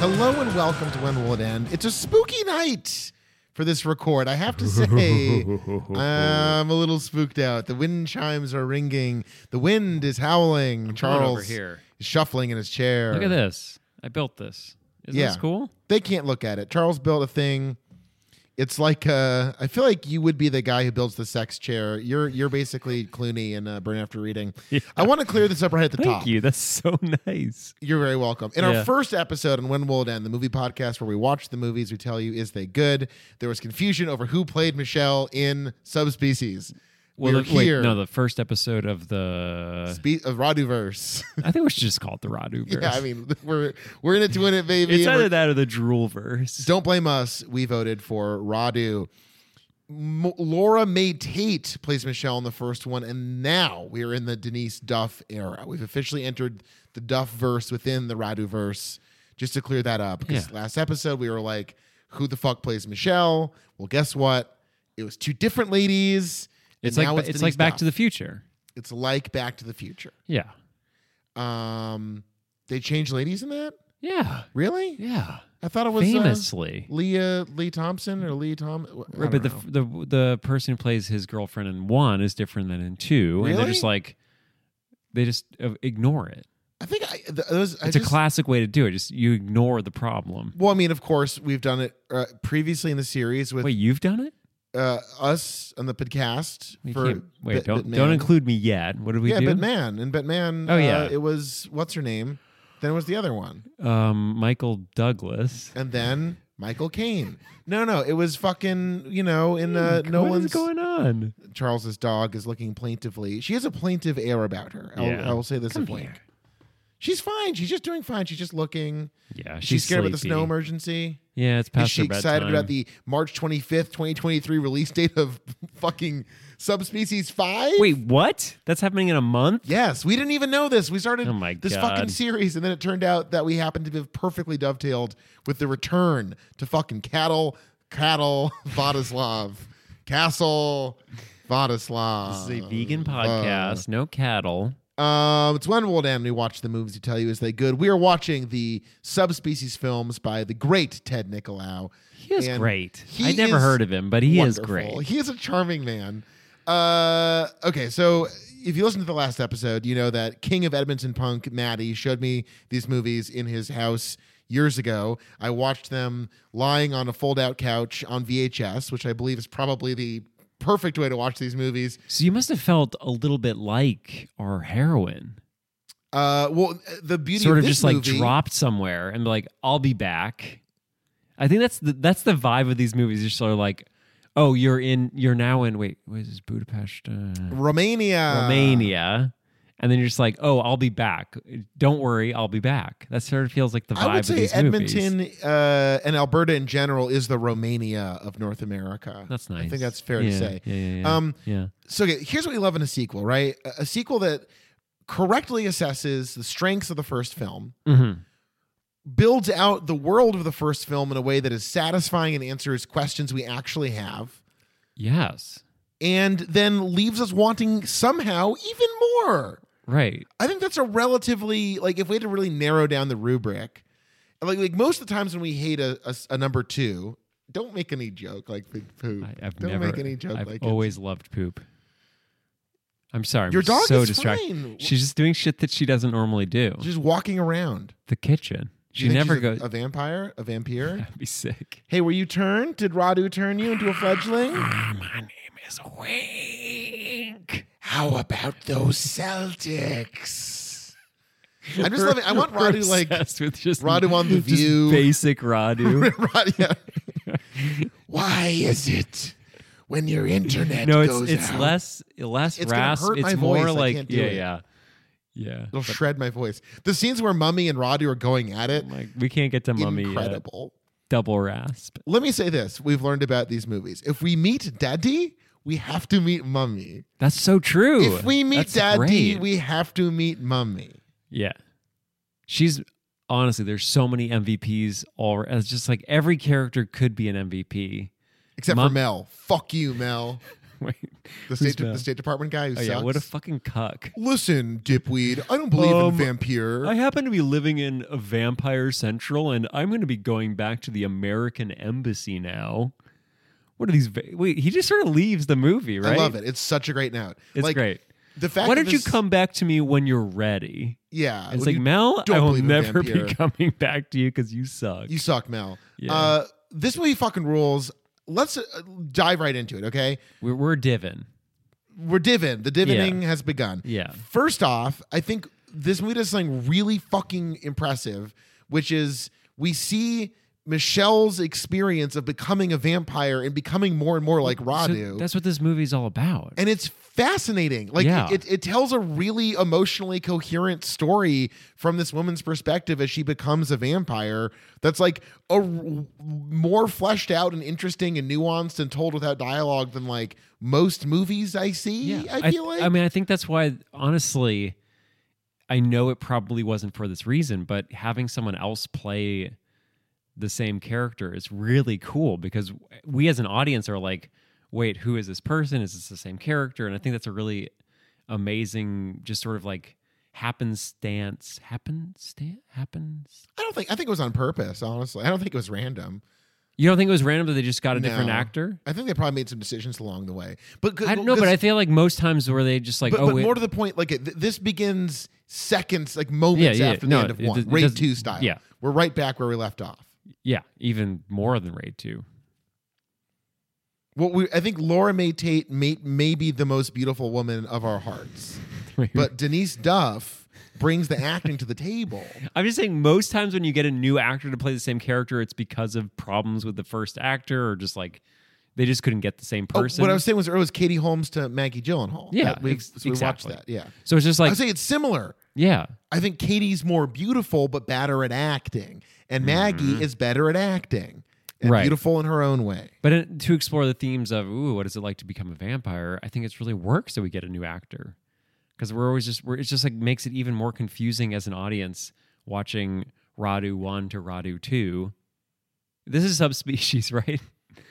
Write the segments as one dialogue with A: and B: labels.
A: Hello and welcome to When Will It End? It's a spooky night for this record. I have to say, I'm a little spooked out. The wind chimes are ringing. The wind is howling.
B: Come on
A: Charles
B: over here.
A: is shuffling in his chair.
B: Look at this. I built this. Isn't
A: Yeah.
B: this cool?
A: They can't look at it. Charles built a thing. It's like uh, I feel like you would be the guy who builds the sex chair. You're you're basically Clooney and uh, Burn After Reading. I want to clear this up right at the top.
C: Thank you. That's so nice.
A: You're very welcome. In
C: Yeah.
A: our first episode on When Will It End, the movie podcast where we watch the movies, we tell you, is they good? There was confusion over who played Michelle in Subspecies. We're
B: the, wait,
A: here.
B: no, the first episode of the.
A: Spe- of Raduverse.
C: I think we should just call it the Raduverse.
A: yeah, I mean, we're we're in it to win it, baby.
C: it's
A: and we're-
C: either that or the Droolverse.
A: Don't blame us. We voted for Radu. M- Laura May Tate plays Michelle in the first one, and now we are in the Denise Duff era. We've officially entered the Duff verse within the Radu verse. Just to clear that up, because
B: Yeah.
A: last episode we were like, "Who the fuck plays Michelle?" Well, guess what? It was two different ladies. and
B: It's like
A: now
B: it's, like
A: Denise
B: Back to the
A: Duff.
B: Future.
A: It's like Back to the Future.
B: Yeah.
A: Um, they changed ladies in that.
B: Yeah.
A: Really?
B: Yeah.
A: I thought it was uh,
B: Famously.
A: Leah Lee Thompson or Lee Tom. I don't
B: Right, but the,
A: know.
B: the the person who plays his girlfriend in one is different than in two, and they're
A: Really?
B: just like they just uh, ignore it.
A: I think I, th- those. I
B: It's a
A: just-
B: classic way to do it. Just you ignore the problem.
A: Well, I mean, of course, we've done it uh, previously in the series with
B: Wait, you've done it?
A: uh, us on the podcast
B: We
A: for
B: can't- wait,
A: Bit-
B: don't
A: Bitman.
B: don't include me yet. What did we
A: yeah,
B: do?
A: Bitman and Bitman.
B: Oh,
A: uh,
B: yeah.
A: it was what's her name. Then it was the other one,
B: um, Michael Douglas.
A: and then Michael Caine. No, no, it was fucking. You know, in uh,
B: what Hmm, is
A: Nolan's
B: going on?
A: Charles's dog is looking plaintively. She has a plaintive air about her. I'll,
B: Yeah.
A: I will say this a blank. She's fine. She's just doing fine. She's just looking.
B: Yeah,
A: She's, scared about the
B: sleepy.
A: snow emergency.
B: Yeah, it's past
A: Is she
B: her
A: excited
B: bedtime.
A: about the March 25th, 2023 release date of fucking Subspecies 5?
B: Wait, what? That's happening in a month?
A: Yes, we didn't even know this. We started
B: Oh my
A: this
B: God.
A: fucking series, and then it turned out that we happened to be perfectly dovetailed with the return to fucking cattle, cattle, Vladislav, castle, Vladislav.
B: This is a vegan podcast, no cattle.
A: Um, it's when we'll end. We watch the movies we tell you is they good. We are watching the subspecies films by the great Ted Nicolau.
B: He is
A: And
B: great.
A: he
B: I never
A: is
B: heard of him, but he
A: wonderful.
B: is great.
A: He is a charming man. Uh, okay, so if you listen to the last episode, you know that King of Edmonton punk Maddie showed me these movies in his house years ago. I watched them lying on a fold-out couch on VHS, which I believe is probably the perfect way to watch these movies.
B: So you must have felt a little bit like our heroine,
A: Uh, well, the beauty
B: sort of
A: this
B: just like
A: movie-
B: dropped somewhere and like, I'll be back. I think that's the that's the vibe of these movies. You're sort of like, oh, you're in, you're now in. Wait, what is this Budapest? Uh,
A: Romania.
B: Romania. And then you're just like, oh, I'll be back. Don't worry, I'll be back. That sort of feels like the vibe
A: I would
B: of
A: say
B: these movies.
A: Edmonton uh, and Alberta in general is the Romania of North America.
B: That's nice.
A: I think that's fair
B: yeah,
A: to say.
B: Yeah, yeah, yeah.
A: Um,
B: yeah.
A: So okay, here's what we love in a sequel, right? A, a sequel that correctly assesses the strengths of the first film,
B: Mhm.
A: builds out the world of the first film in a way that is satisfying and answers questions we actually have,
B: Yes.
A: and then leaves us wanting somehow even more.
B: Right.
A: I think that's a relatively like if we had to really narrow down the rubric, like like most of the times when we hate a, a s- a number two, don't make any joke like big poop.
B: I, I've
A: don't
B: never.
A: make any joke
B: I've
A: like it's-
B: always loved poop. I'm sorry.
A: your
B: I'm
A: dog
B: so
A: is
B: distracted.
A: fine.
B: She's just doing shit that she doesn't normally do.
A: She's just walking around.
B: the kitchen.
A: Do
B: She
A: you think
B: never
A: she's
B: goes.
A: a, a vampire, a vampire.
B: That'd be sick.
A: hey, were you turned? Did Radu turn you into a fledgling?
B: My name is Wink.
A: How about those Celtics? I just love it. I want
B: We're
A: Radu like
B: obsessed with just
A: Radu on The
B: just
A: View.
B: Basic Radu.
A: Radu. Why is it when your internet
B: no,
A: goes
B: it's it's
A: out-
B: less less
A: It's gonna
B: rasp.
A: hurt
B: it's
A: my
B: more
A: voice. I
B: like
A: can't do
B: yeah,
A: it.
B: yeah, yeah,
A: It'll shred my voice. The scenes where Mummy and Radu are going at it,
B: Like we can't get to mummy yet.
A: incredible.
B: double rasp.
A: Let me say this: we've learned about these movies. If we meet Daddy, we have to meet Mummy.
B: That's so true.
A: if we meet
B: That's
A: Daddy,
B: great.
A: we have to meet Mummy.
B: yeah, she's honestly there's so many MVPs. All it's just like every character could be an MVP.
A: Except for
B: Mum-
A: Mel. Fuck you, Mel.
B: Wait.
A: The state,
B: Mel?
A: the State Department guy who
B: Oh,
A: sucks.
B: yeah. What a fucking cuck.
A: Listen, dipweed, I don't believe
B: Um,
A: in vampire.
B: I happen to be living in a Vampire Central, and I'm going to be going back to the American Embassy now. What are these? Va- Wait, he just sort of leaves the movie,
A: I
B: right?
A: love it. It's such a great note.
B: It's
A: like,
B: great.
A: The fact
B: Why
A: that
B: don't you
A: this-
B: come back to me when you're ready?
A: Yeah,
B: And it's
A: when
B: like
A: you-
B: Mel,
A: don't
B: I will
A: believe in
B: never be
A: Vampire."
B: coming back to you because you suck.
A: You suck, Mel.
B: Yeah.
A: Uh, this movie fucking rules. Let's uh, dive right into it, okay?
B: we're, we're Divin.
A: We're divin. The divining has begun.
B: Yeah.
A: First off, I think this movie does something really fucking impressive, which is we see Michelle's experience of becoming a vampire and becoming more and more like
B: So
A: Radu.
B: that's what this movie's all about.
A: and it's fascinating. Like
B: Yeah.
A: it, it tells a really emotionally coherent story from this woman's perspective as she becomes a vampire. That's like a r- more fleshed out and interesting and nuanced and told without dialogue than like most movies I see. I feel
B: th-
A: like
B: I mean, I think that's why, honestly, I know it probably wasn't for this reason, but having someone else play the same character is really cool because we as an audience are like, wait, who is this person? Is this the same character? And I think that's a really amazing, just sort of like happenstance, happenstance, happens.
A: I don't think I think it was on purpose. Honestly, I don't think it was random.
B: You don't think it was random that they just got a different
A: No.
B: actor?
A: I think they probably made some decisions along the way. But
B: I don't know, but I feel like most times where they just like,
A: but,
B: oh,
A: but
B: wait.
A: more to the point, like it, th- this begins seconds, like moments
B: Yeah, yeah,
A: after
B: no,
A: the end of
B: it
A: one,
B: does- it
A: raid
B: does-
A: two style.
B: yeah.
A: we're right back where we left off.
B: yeah, even more than Raid 2.
A: Well, we, I think Laura May Tate may, may be the most beautiful woman of our hearts, but Denise Duff brings the acting to the table.
B: I'm just saying most times when you get a new actor to play the same character, it's because of problems with the first actor or just like they just couldn't get the same
A: Oh,
B: person.
A: what I was saying was earlier was Katie Holmes to Maggie Gyllenhaal.
B: Yeah,
A: That we've-
B: ex-
A: so we
B: exactly.
A: watched that. Yeah,
B: so it's just
A: I
B: like
A: would say it's similar.
B: yeah.
A: I think Katie's more beautiful but better at acting, and Maggie is better at acting and
B: Mm-hmm. Right.
A: beautiful in her own way.
B: But in, to explore the themes of ooh, what is it like to become a vampire? I think it's really works that we get a new actor because we're always just we're, it's just like makes it even more confusing as an audience watching Radu one to Radu two. This is subspecies, right?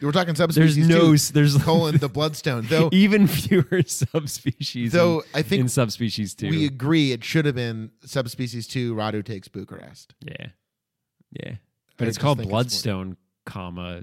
A: We're talking subspecies.
B: There's no
A: too.
B: s- there's
A: colon the bloodstone. Though
B: even fewer subspecies. in-
A: though I
B: in
A: think
B: subspecies two.
A: we agree it should have been subspecies two. Radu takes Bucharest.
B: Yeah. Yeah. But
A: I
B: it's
A: just
B: called
A: think it's
B: Bloodstone, comma,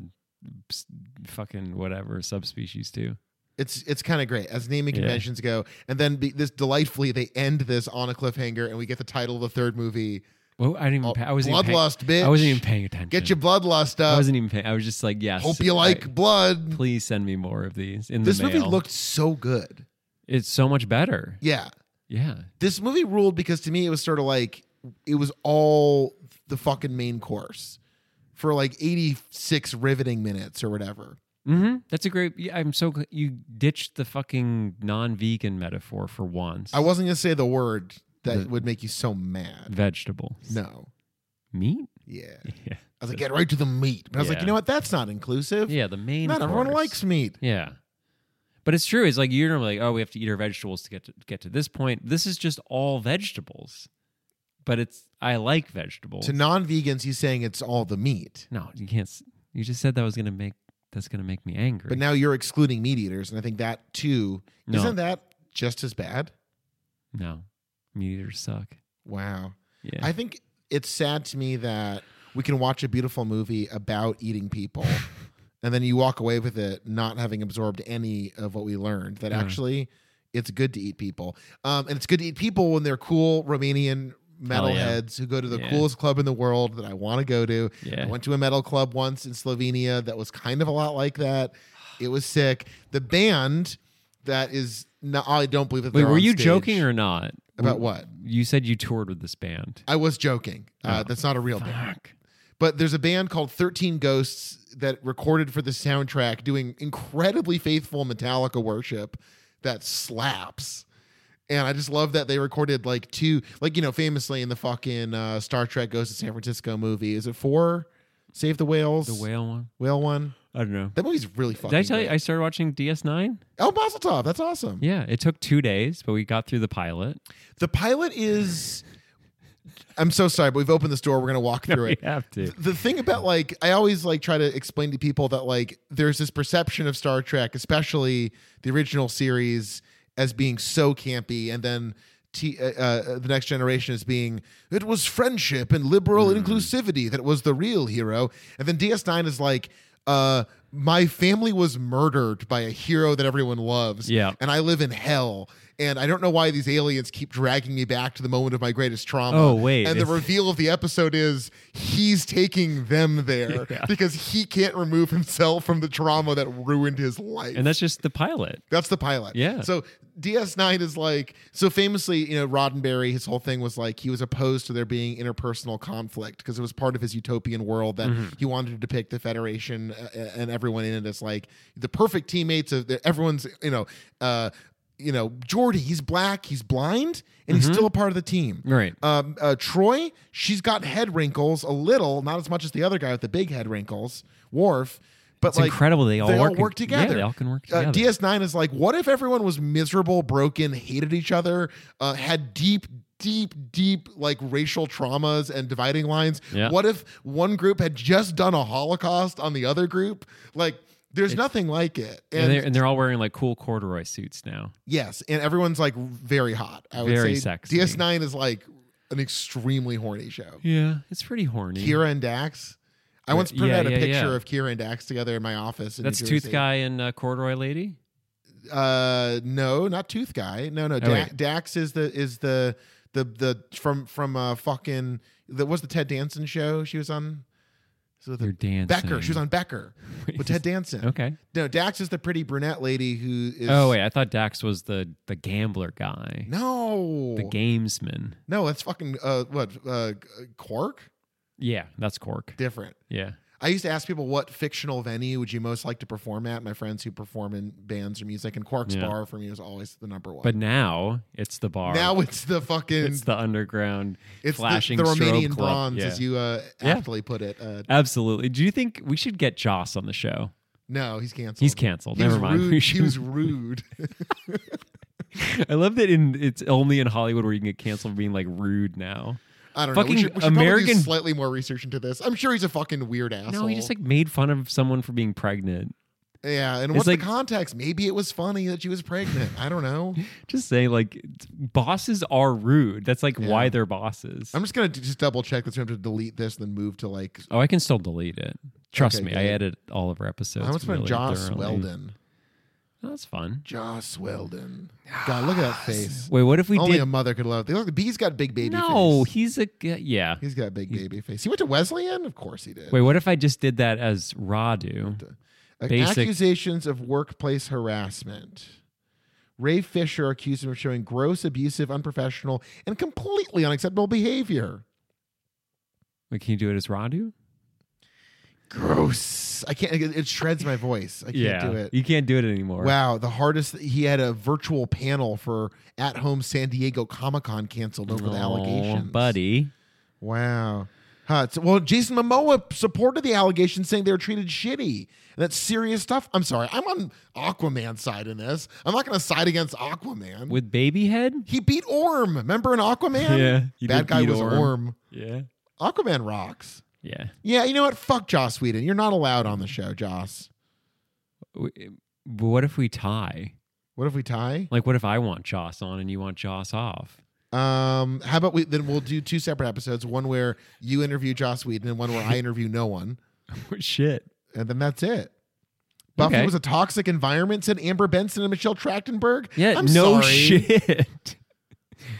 B: s- fucking whatever, subspecies too.
A: It's it's kind of great as naming
B: Yeah.
A: conventions go. And then be, this delightfully they end this on a cliffhanger, and we get the title of the third movie.
B: Well, I didn't even,
A: Oh,
B: pay, I wasn't even paying,
A: bloodlust, bitch.
B: I wasn't even paying attention.
A: Get your bloodlust
B: I
A: up.
B: wasn't even paying. I was just like, yes.
A: Hope you like
B: I-
A: blood.
B: please send me more of these in
A: This
B: the mail.
A: movie looked so good.
B: It's so much better.
A: Yeah,
B: Yeah.
A: this movie ruled because to me it was sort of like it was all the fucking main course for like eighty six riveting minutes or whatever.
B: Mm-hmm. That's a great. Yeah, I'm so gl- you ditched the fucking non-vegan metaphor for once.
A: I wasn't gonna say the word that
B: The-
A: would make you so mad.
B: vegetable.
A: No.
B: Meat.
A: Yeah.
B: Yeah.
A: I was like, get right to the meat. But I was like,
B: Yeah.
A: you know what? That's not inclusive.
B: Yeah. The main.
A: not everyone
B: course.
A: likes meat.
B: Yeah. But it's true. It's like you're normally like, oh, we have to eat our vegetables to get to get to this point. This is just all vegetables. But it's I like vegetables.
A: To non vegans, he's saying it's all the meat.
B: no, you can't s- you just said that was gonna make that's gonna make me angry.
A: But now you're excluding meat eaters. And I think that too,
B: No.
A: isn't that just as bad?
B: no. Meat eaters suck.
A: Wow.
B: Yeah.
A: I think it's sad to me that we can watch a beautiful movie about eating people and then you walk away with it not having absorbed any of what we learned that
B: Yeah.
A: actually it's good to eat people. Um, and it's good to eat people when they're cool Romanian
B: Hell yeah.
A: metalheads who go to the
B: Yeah.
A: coolest club in the world that I want to go to. I
B: yeah.
A: went to a metal club once in Slovenia that was kind of a lot like that. It was sick. The band that is not, I don't believe that
B: Wait,
A: they're
B: were
A: on
B: you
A: stage.
B: joking or not?
A: about
B: W-
A: what?
B: You said you toured with this band.
A: I was joking. Uh,
B: Oh.
A: that's not a real band.
B: Fuck.
A: But there's a band called 13 Ghosts that recorded for the soundtrack doing incredibly faithful Metallica worship that slaps. And I just love that they recorded like two, like, you know, famously in the fucking uh, Star Trek Goes to San Francisco movie. Is it four? Save the Whales?
B: The whale one?
A: Whale one?
B: I don't know.
A: That movie's really fucking
B: Did I tell you
A: great.
B: I started watching DS9?
A: El Mazeltov. That's awesome.
B: Yeah, it took two days, but we got through the pilot.
A: The pilot is I'm so sorry, but we've opened this door. We're gonna walk through
B: we
A: it.
B: have to.
A: The thing about like I always like try to explain to people that like there's this perception of Star Trek, especially the original series, as being so campy, and then T, uh, uh, the Next Generation as being it was friendship and liberal
B: Mm.
A: inclusivity that was the real hero, and then DS9 is like. Uh, my family was murdered by a hero that everyone loves
B: Yeah.
A: and I live in hell. And I don't know why these aliens keep dragging me back to the moment of my greatest trauma.
B: Oh, wait.
A: And the reveal of the episode is he's taking them there
B: Yeah.
A: because he can't remove himself from the trauma that ruined his life.
B: And that's just the pilot.
A: That's the pilot.
B: Yeah.
A: So DS9 is like so famously, you know, Roddenberry, his whole thing was like he was opposed to there being interpersonal conflict because it was part of his utopian world that
B: Mm-hmm.
A: he wanted to depict the Federation uh, and everyone in it as like the perfect teammates of the, everyone's, you know, uh, you know, Jordy, he's black, he's blind, and
B: Mm-hmm.
A: he's still a part of the team.
B: Right.
A: Um, uh, Troy, she's got head wrinkles a little, not as much as the other guy with the big head wrinkles, Worf. But
B: It's
A: like
B: incredible they all
A: they
B: work
A: all work
B: in-
A: together.
B: Yeah, they all can work together.
A: Uh, DS9 is like, what if everyone was miserable, broken, hated each other, uh, had deep, deep, deep like racial traumas and dividing lines?
B: Yeah.
A: What if one group had just done a Holocaust on the other group? Like, there's nothing like it.
B: and,
A: And,
B: they're, and they're all wearing like cool corduroy suits now.
A: yes, and everyone's like very hot. I would
B: Very
A: say
B: sexy.
A: DS9 is like an extremely horny show.
B: Yeah, it's pretty horny.
A: Kira and Dax. I once
B: Yeah,
A: printed out a
B: yeah,
A: picture
B: yeah.
A: of Kira and Dax together in my office. In
B: That's
A: New
B: Tooth
A: Jersey.
B: Guy and uh, Corduroy Lady.
A: Uh, no, not Tooth Guy. No, no. Da-
B: Oh, wait.
A: Dax is the is the the the from from uh fucking that was the Ted Danson show she was on. So
B: They're
A: the
B: dancing.
A: Becker, she was on Becker with Ted Danson.
B: Okay.
A: No, Dax is the pretty brunette lady who is.
B: Oh wait, I thought Dax was the the gambler guy,
A: no,
B: the gamesman.
A: no, that's fucking uh what uh Quark
B: Yeah, that's Cork.
A: different.
B: Yeah.
A: I used to ask people what fictional venue would you most like to perform at. My friends who perform in bands or music, and Quark's
B: Yeah.
A: bar for me was always the number one.
B: But now it's the bar.
A: now it's the fucking
B: it's the underground
A: It's
B: flashing
A: the, the
B: strobe
A: Romanian
B: club.
A: bronze,
B: Yeah.
A: as you uh,
B: Yeah.
A: aptly put it. Uh,
B: Absolutely. Do you think we should get Joss on the show?
A: no, he's canceled.
B: He's canceled.
A: He
B: Never
A: was
B: mind. We
A: Rude. He
B: should-
A: was rude.
B: I love that in it's only in Hollywood where you can get canceled for being like rude now.
A: I don't know.
B: Fucking
A: We should, we should probably do
B: American-
A: slightly more research into this. I'm sure he's a fucking weird asshole.
B: No, he just like made fun of someone for being pregnant.
A: yeah. And
B: it's
A: what's
B: like-
A: the context? Maybe it was funny that she was pregnant. I don't know.
B: Just say like it's- bosses are rude. That's like
A: Yeah.
B: why they're bosses.
A: I'm just gonna d- just double check this. We have to delete this, then move to like.
B: oh, I can still delete it. Trust
A: Okay,
B: me,
A: good.
B: I edit all of our
A: I
B: episodes.
A: almost put
B: really
A: Joss
B: thoroughly.
A: Weldon.
B: Oh, that's fun.
A: Joss Weldon. God, look at that face.
B: Wait, what if Ah, we
A: Only
B: did?
A: a mother could love. Look, B's got big baby
B: no,
A: face.
B: he's a g- yeah.
A: He's got big baby face. He went to Wesleyan? Of course he did.
B: Wait, what if I just did that as Radu?
A: Ac-
B: Basic-
A: Accusations of workplace harassment. Ray Fisher accused him of showing gross, abusive, unprofessional, and completely unacceptable behavior.
B: Wait, can you do it as Radu?
A: Gross. I can't. It, it shreds my voice. I can't
B: yeah,
A: do it.
B: you can't do it anymore.
A: Wow, the hardest. He had a virtual panel for at home San Diego Comic Con canceled over the
B: Aw,
A: allegations.
B: buddy.
A: Wow. Huh, so- well, Jason Momoa supported the allegations, saying they were treated shitty. That's serious stuff. I'm sorry. I'm on Aquaman's side in this. I'm not going to side against Aquaman.
B: With baby head?
A: he beat Orm. Remember in Aquaman?
B: he
A: Bad
B: did
A: guy
B: beat
A: was Orm.
B: Yeah.
A: Aquaman rocks.
B: Yeah.
A: Yeah, you know what? Fuck Joss Whedon. You're not allowed on the show, Joss.
B: W- But what if we tie?
A: What if we tie?
B: Like, what if I want Joss on and you want Joss off?
A: Um, how about we then we'll do two separate episodes, one where you interview Joss Whedon and one where I interview no one.
B: Shit.
A: and then that's it. Buffy
B: Okay.
A: was a toxic environment, said Amber Benson and Michelle Trachtenberg.
B: Yeah.
A: I'm
B: no
A: sorry.
B: shit.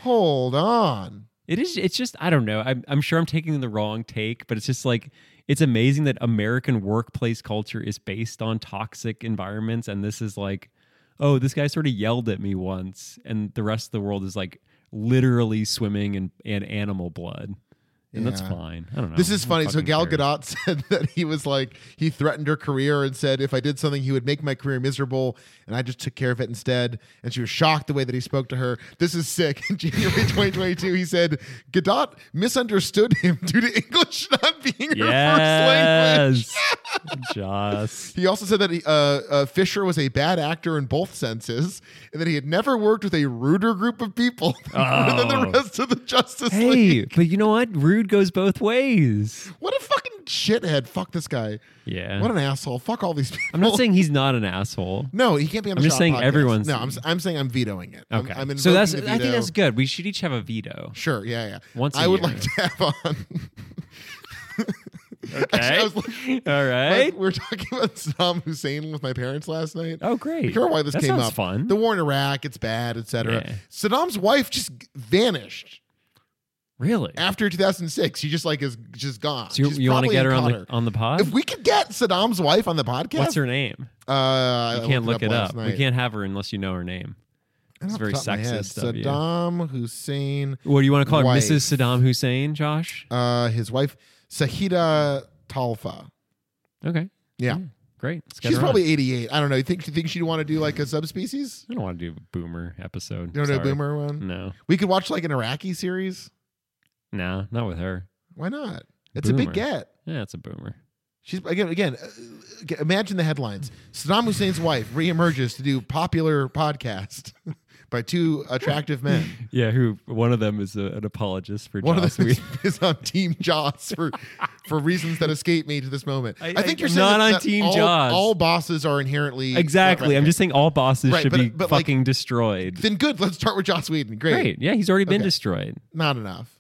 A: Hold on.
B: It is. It's just. I don't know. I'm. I'm sure I'm taking the wrong take, but it's just like it's amazing that American workplace culture is based on toxic environments, and this is like, oh, this guy sort of yelled at me once, and the rest of the world is like literally swimming in, in animal blood. and that's
A: Yeah.
B: fine. I don't know.
A: This is
B: Who
A: funny. So
B: Oh, fucking
A: Gal
B: cares?
A: Gadot said that he was like he threatened her career and said if I did something he would make my career miserable and I just took care of it instead. And she was shocked the way that he spoke to her. This is sick. In January 2022, he said Gadot misunderstood him due to English not being her first language.
B: Yes. Just
A: He also said that he, uh, uh, Fisher was a bad actor in both senses, and that he had never worked with a ruder group of people than the
B: Oh.
A: rest of the Justice League.
B: hey, but you know what? Rude goes both ways.
A: What a fucking shithead! Fuck this guy.
B: Yeah.
A: What an asshole! Fuck all these people.
B: I'm not saying he's not an asshole.
A: no. He can't be on. the
B: I'm just
A: Shot
B: saying
A: podcast.
B: everyone's-
A: No, I'm, s- I'm saying I'm vetoing it. I'm-
B: Okay.
A: I'm, invoking
B: so that's
A: the
B: I think
A: veto.
B: that's good. We should each have a veto.
A: sure. Yeah, yeah.
B: Once a
A: I would
B: year.
A: like to have on. Actually, I was looking-
B: All right.
A: we were talking about Saddam Hussein with my parents last night.
B: oh, great.
A: I don't know why this
B: that
A: came
B: sounds
A: up.
B: fun.
A: The war in Iraq, it's bad, etc.
B: Yeah.
A: Saddam's wife just g- vanished
B: really?
A: after 2006. She just like is just gone.
B: So you,
A: Ah, She's
B: you want to
A: probably
B: get
A: in
B: her on the
A: Qatar.
B: on the pod?
A: If we could get Saddam's wife on the podcast,
B: What's her name?
A: Uh,
B: You
A: I
B: can't look
A: looked
B: it
A: last
B: up.
A: night.
B: We can't have her unless you know her name.
A: I don't
B: it's
A: know
B: very
A: off the top of my head.
B: sexist of you.
A: Saddam Hussein,
B: What do you want to call her?
A: Wife.
B: Mrs. Saddam Hussein, Josh?
A: uh, his wife Sahida Talfa.
B: Okay.
A: Yeah,
B: Great. Let's get
A: she's
B: her on.
A: probably 88. I don't know. You think you think she'd want to do like a subspecies?
B: I don't want to do a boomer
A: You
B: episode.
A: don't know
B: Sorry. Mm.
A: boomer one.
B: No.
A: We could watch like an Iraqi series.
B: No, not with her.
A: Why not? It's a
B: Boomer.
A: big get.
B: Yeah, it's a boomer.
A: She's again, again. Uh, g- imagine the headlines: Saddam Hussein's wife reemerges to do popular podcast by two attractive men.
B: Yeah, who one of them is a, an apologist for
A: One
B: Joss
A: of them is,
B: Whedon.
A: is on Team Jaws for for reasons that escape me to this moment.
B: I-
A: I,
B: I-
A: think you're
B: I'm
A: saying
B: not
A: that-
B: on
A: that
B: Team
A: all,
B: Jaws.
A: All bosses are inherently
B: Exactly.
A: right,
B: I'm
A: right.
B: just saying all bosses
A: Right,
B: should
A: but-
B: be
A: but, like-
B: fucking destroyed.
A: Then good. Let's start with Joss Whedon. Great.
B: Great. Yeah, he's already been
A: Okay.
B: destroyed.
A: Not enough.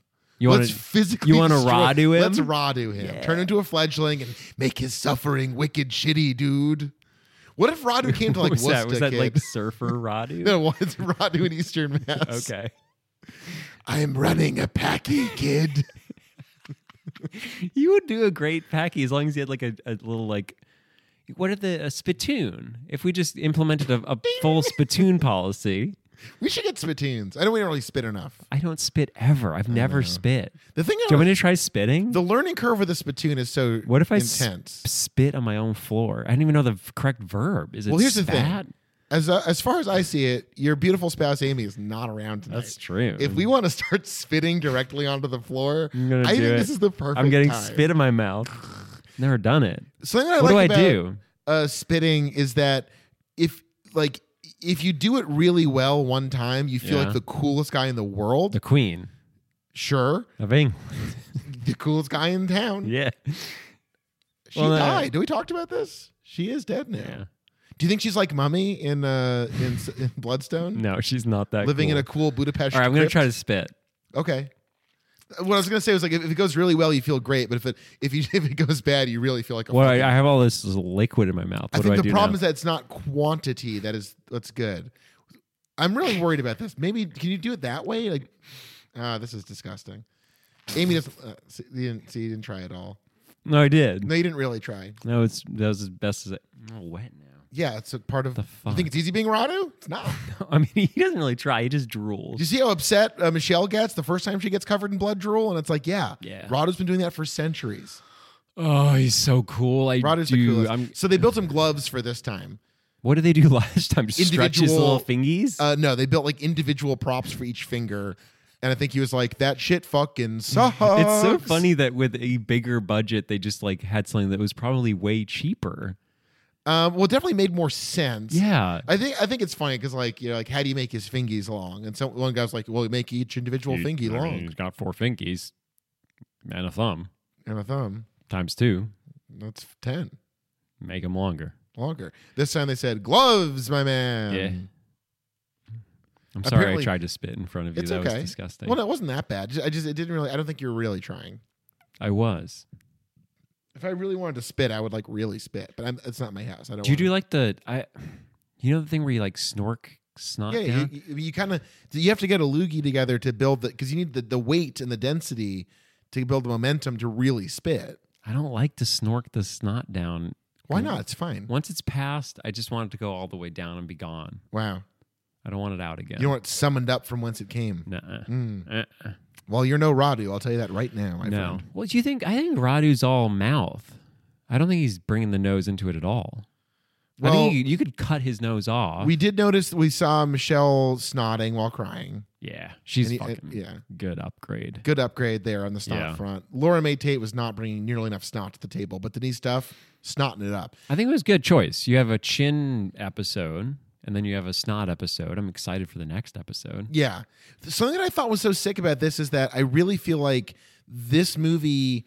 B: You want
A: Let's
B: to
A: physically.
B: you wanna
A: destroy-
B: Radu him?
A: Let's Radu him. Turn into a fledgling and make his suffering wicked shitty, dude. What if Radu came to like
B: was that? Was
A: Wusta,
B: that
A: kid?
B: like surfer Radu?
A: No, well, it's Radu in Eastern Mass.
B: Okay.
A: I am running a packy, kid.
B: You would do a great packy as long as you had like a, a little like what are the a spittoon? If we just implemented a, a full spittoon policy,
A: we should get spittoons. I know we don't really spit enough.
B: I don't spit ever. I've never spit.
A: The thing I
B: Do you want me to try spitting?
A: the learning curve with a spittoon is so
B: what if I s-
A: intense.
B: spit on my own floor? I don't even know the v- correct verb. Is it
A: well, here's the
B: spat?
A: thing. As uh, as far as I see it, your beautiful spouse Amy is not around tonight.
B: That's true.
A: If we want to start spitting directly onto the floor,
B: I'm gonna
A: I
B: do
A: think
B: it.
A: this is the perfect.
B: I'm getting
A: time.
B: spit in my mouth. Never done it.
A: Something that I
B: what
A: like
B: do I
A: about,
B: do?
A: Uh, spitting is that if like if you do it really well one time, you feel
B: Yeah.
A: like the coolest guy in the world.
B: The Queen
A: sure,
B: of England.
A: the coolest guy in town.
B: yeah.
A: She
B: Well, uh,
A: died. Do we talked about this? She is dead now.
B: Yeah.
A: Do you think she's like Mummy in uh in, S- in Bloodstone?
B: No, she's not that
A: living in
B: cool.
A: a cool Budapest.
B: All right, I'm going to
A: crypt.
B: try to spit.
A: Okay. What I was gonna say was like if if it goes really well, you feel great, but if it if you if it goes bad, you really feel like a
B: Well, I,
A: fucking-
B: I have all this liquid in my mouth. What
A: I
B: do
A: think
B: I
A: the
B: do
A: problem
B: now?
A: is that it's not quantity that is that's good. I'm really worried about this. Maybe can you do it that way? Like, ah, this is disgusting. Amy doesn't uh, see, you didn't see you didn't try at all.
B: no, I did.
A: No, you didn't really try.
B: No, it's that was as best as I. I'm all wet now.
A: Yeah, it's a part of.
B: The
A: You
B: fuck?
A: think it's easy being Radu? It's not.
B: I mean, he doesn't really try. He just
A: Do you
B: drools.
A: see how upset uh, Michelle gets the first time she gets covered in blood drool? And it's like, yeah,
B: Yeah.
A: Radu's been doing that for centuries.
B: Oh, he's so cool. I
A: Radu's the
B: do.
A: coolest.
B: I'm,
A: So they built him gloves for this time.
B: what did they do last time? Just stretch his
A: Individual-
B: little fingies.
A: Uh, no, they built like individual props for each finger. And I think he was like, that shit fucking sucks.
B: it's so funny that with a bigger budget, they just like had something that was probably way cheaper.
A: Um, well, it definitely made more sense.
B: Yeah.
A: I think I think it's funny because like you know like how do you make his fingies long? And some one guy's like, well, make each individual fingy long
B: he's got four fingies and a thumb
A: and a thumb.
B: times two.
A: That's ten
B: Make them longer.
A: longer. This time they said gloves, my man.
B: Yeah. I'm sorry
A: Mm-hmm. Apparently-
B: I tried to spit in front of you.
A: It's
B: that
A: okay.
B: was disgusting.
A: Well, no, it wasn't that bad. Ju- I just it didn't really. I don't think you're really trying.
B: I was.
A: If I really wanted to spit, I would like really spit. But I'm, it's not my house. I don't.
B: Do you
A: wanna-
B: do like the I you know the thing where you like snork snot
A: yeah,
B: down?
A: you, you, kind of you have to get a loogie together to build the because you need the, the weight and the density to build the momentum to really spit.
B: I don't like to snork the snot down.
A: Why
B: Mm.
A: not? It's fine.
B: Once it's passed, I just want it to go all the way down and be gone.
A: Wow.
B: I don't want it out again.
A: You know what? Summoned up from whence it came.
B: Nuh-uh.
A: Mm.
B: Uh-uh.
A: Well, you're no Radu. I'll tell you that right now. My
B: No.
A: friend.
B: Well, do you think? I think Radu's all mouth. I don't think he's bringing the nose into it at all. I
A: Well-
B: think you, you could cut his nose off.
A: We did notice we saw Michelle snorting while crying.
B: yeah, she's
A: And he-
B: fucking
A: and- yeah.
B: good upgrade.
A: Good upgrade there on the snot
B: Yeah.
A: front. Laura May Tate was not bringing nearly enough snot to the table, but Denise Duff snotting it up.
B: I think it was a good choice. You have a chin episode, and then you have a snot episode. I'm excited for the next episode.
A: Yeah. Th- Something that I thought was so sick about this is that I really feel like this movie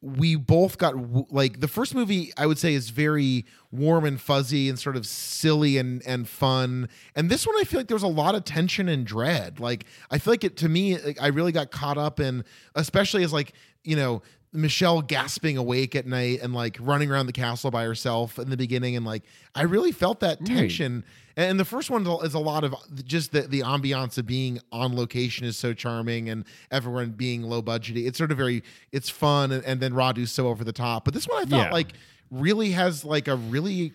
A: we both got w- like the first movie I would say is very warm and fuzzy and sort of silly and and fun. And this one I feel like there was a lot of tension and dread. Like I feel like it to me like, I really got caught up in especially as like, you know, Michelle gasping awake at night and like running around the castle by herself in the beginning and like I really felt that tension. And and the first one is a lot of just the the ambiance of being on location is so charming and everyone being low budgety. It's sort of very it's fun and, and then Radu's so over the top. But this one I thought
B: Yeah.
A: like really has like a really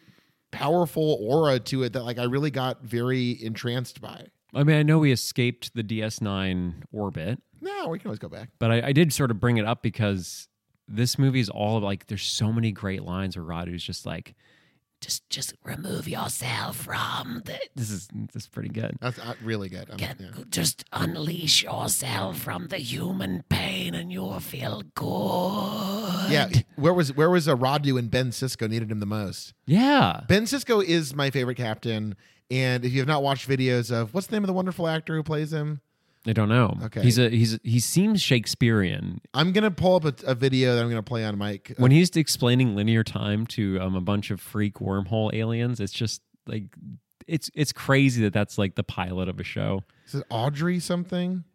A: powerful aura to it that like I really got very entranced by.
B: I mean, I know we escaped the DS9 orbit,
A: No, we can always go back.
B: but I, I did sort of bring it up because this movie is all like there's so many great lines where Radu's just like, just just remove yourself from the. This is this is pretty good.
A: That's uh, really good. I'm- yeah.
B: Just unleash yourself from the human pain, and you'll feel good.
A: yeah. Where was where was a Radu and Ben Cisco needed him the most?
B: yeah.
A: Ben Cisco is my favorite captain. And if you have not watched videos of what's the name of the wonderful actor who plays him,
B: I don't know.
A: Okay.
B: He's a he's a, he seems Shakespearean
A: I'm gonna pull up a, a video that I'm gonna play on mic.
B: when he's explaining linear time to um, a bunch of freak wormhole aliens. It's just like it's it's crazy that that's like the pilot of a show.
A: Uh, Is it Audrey something?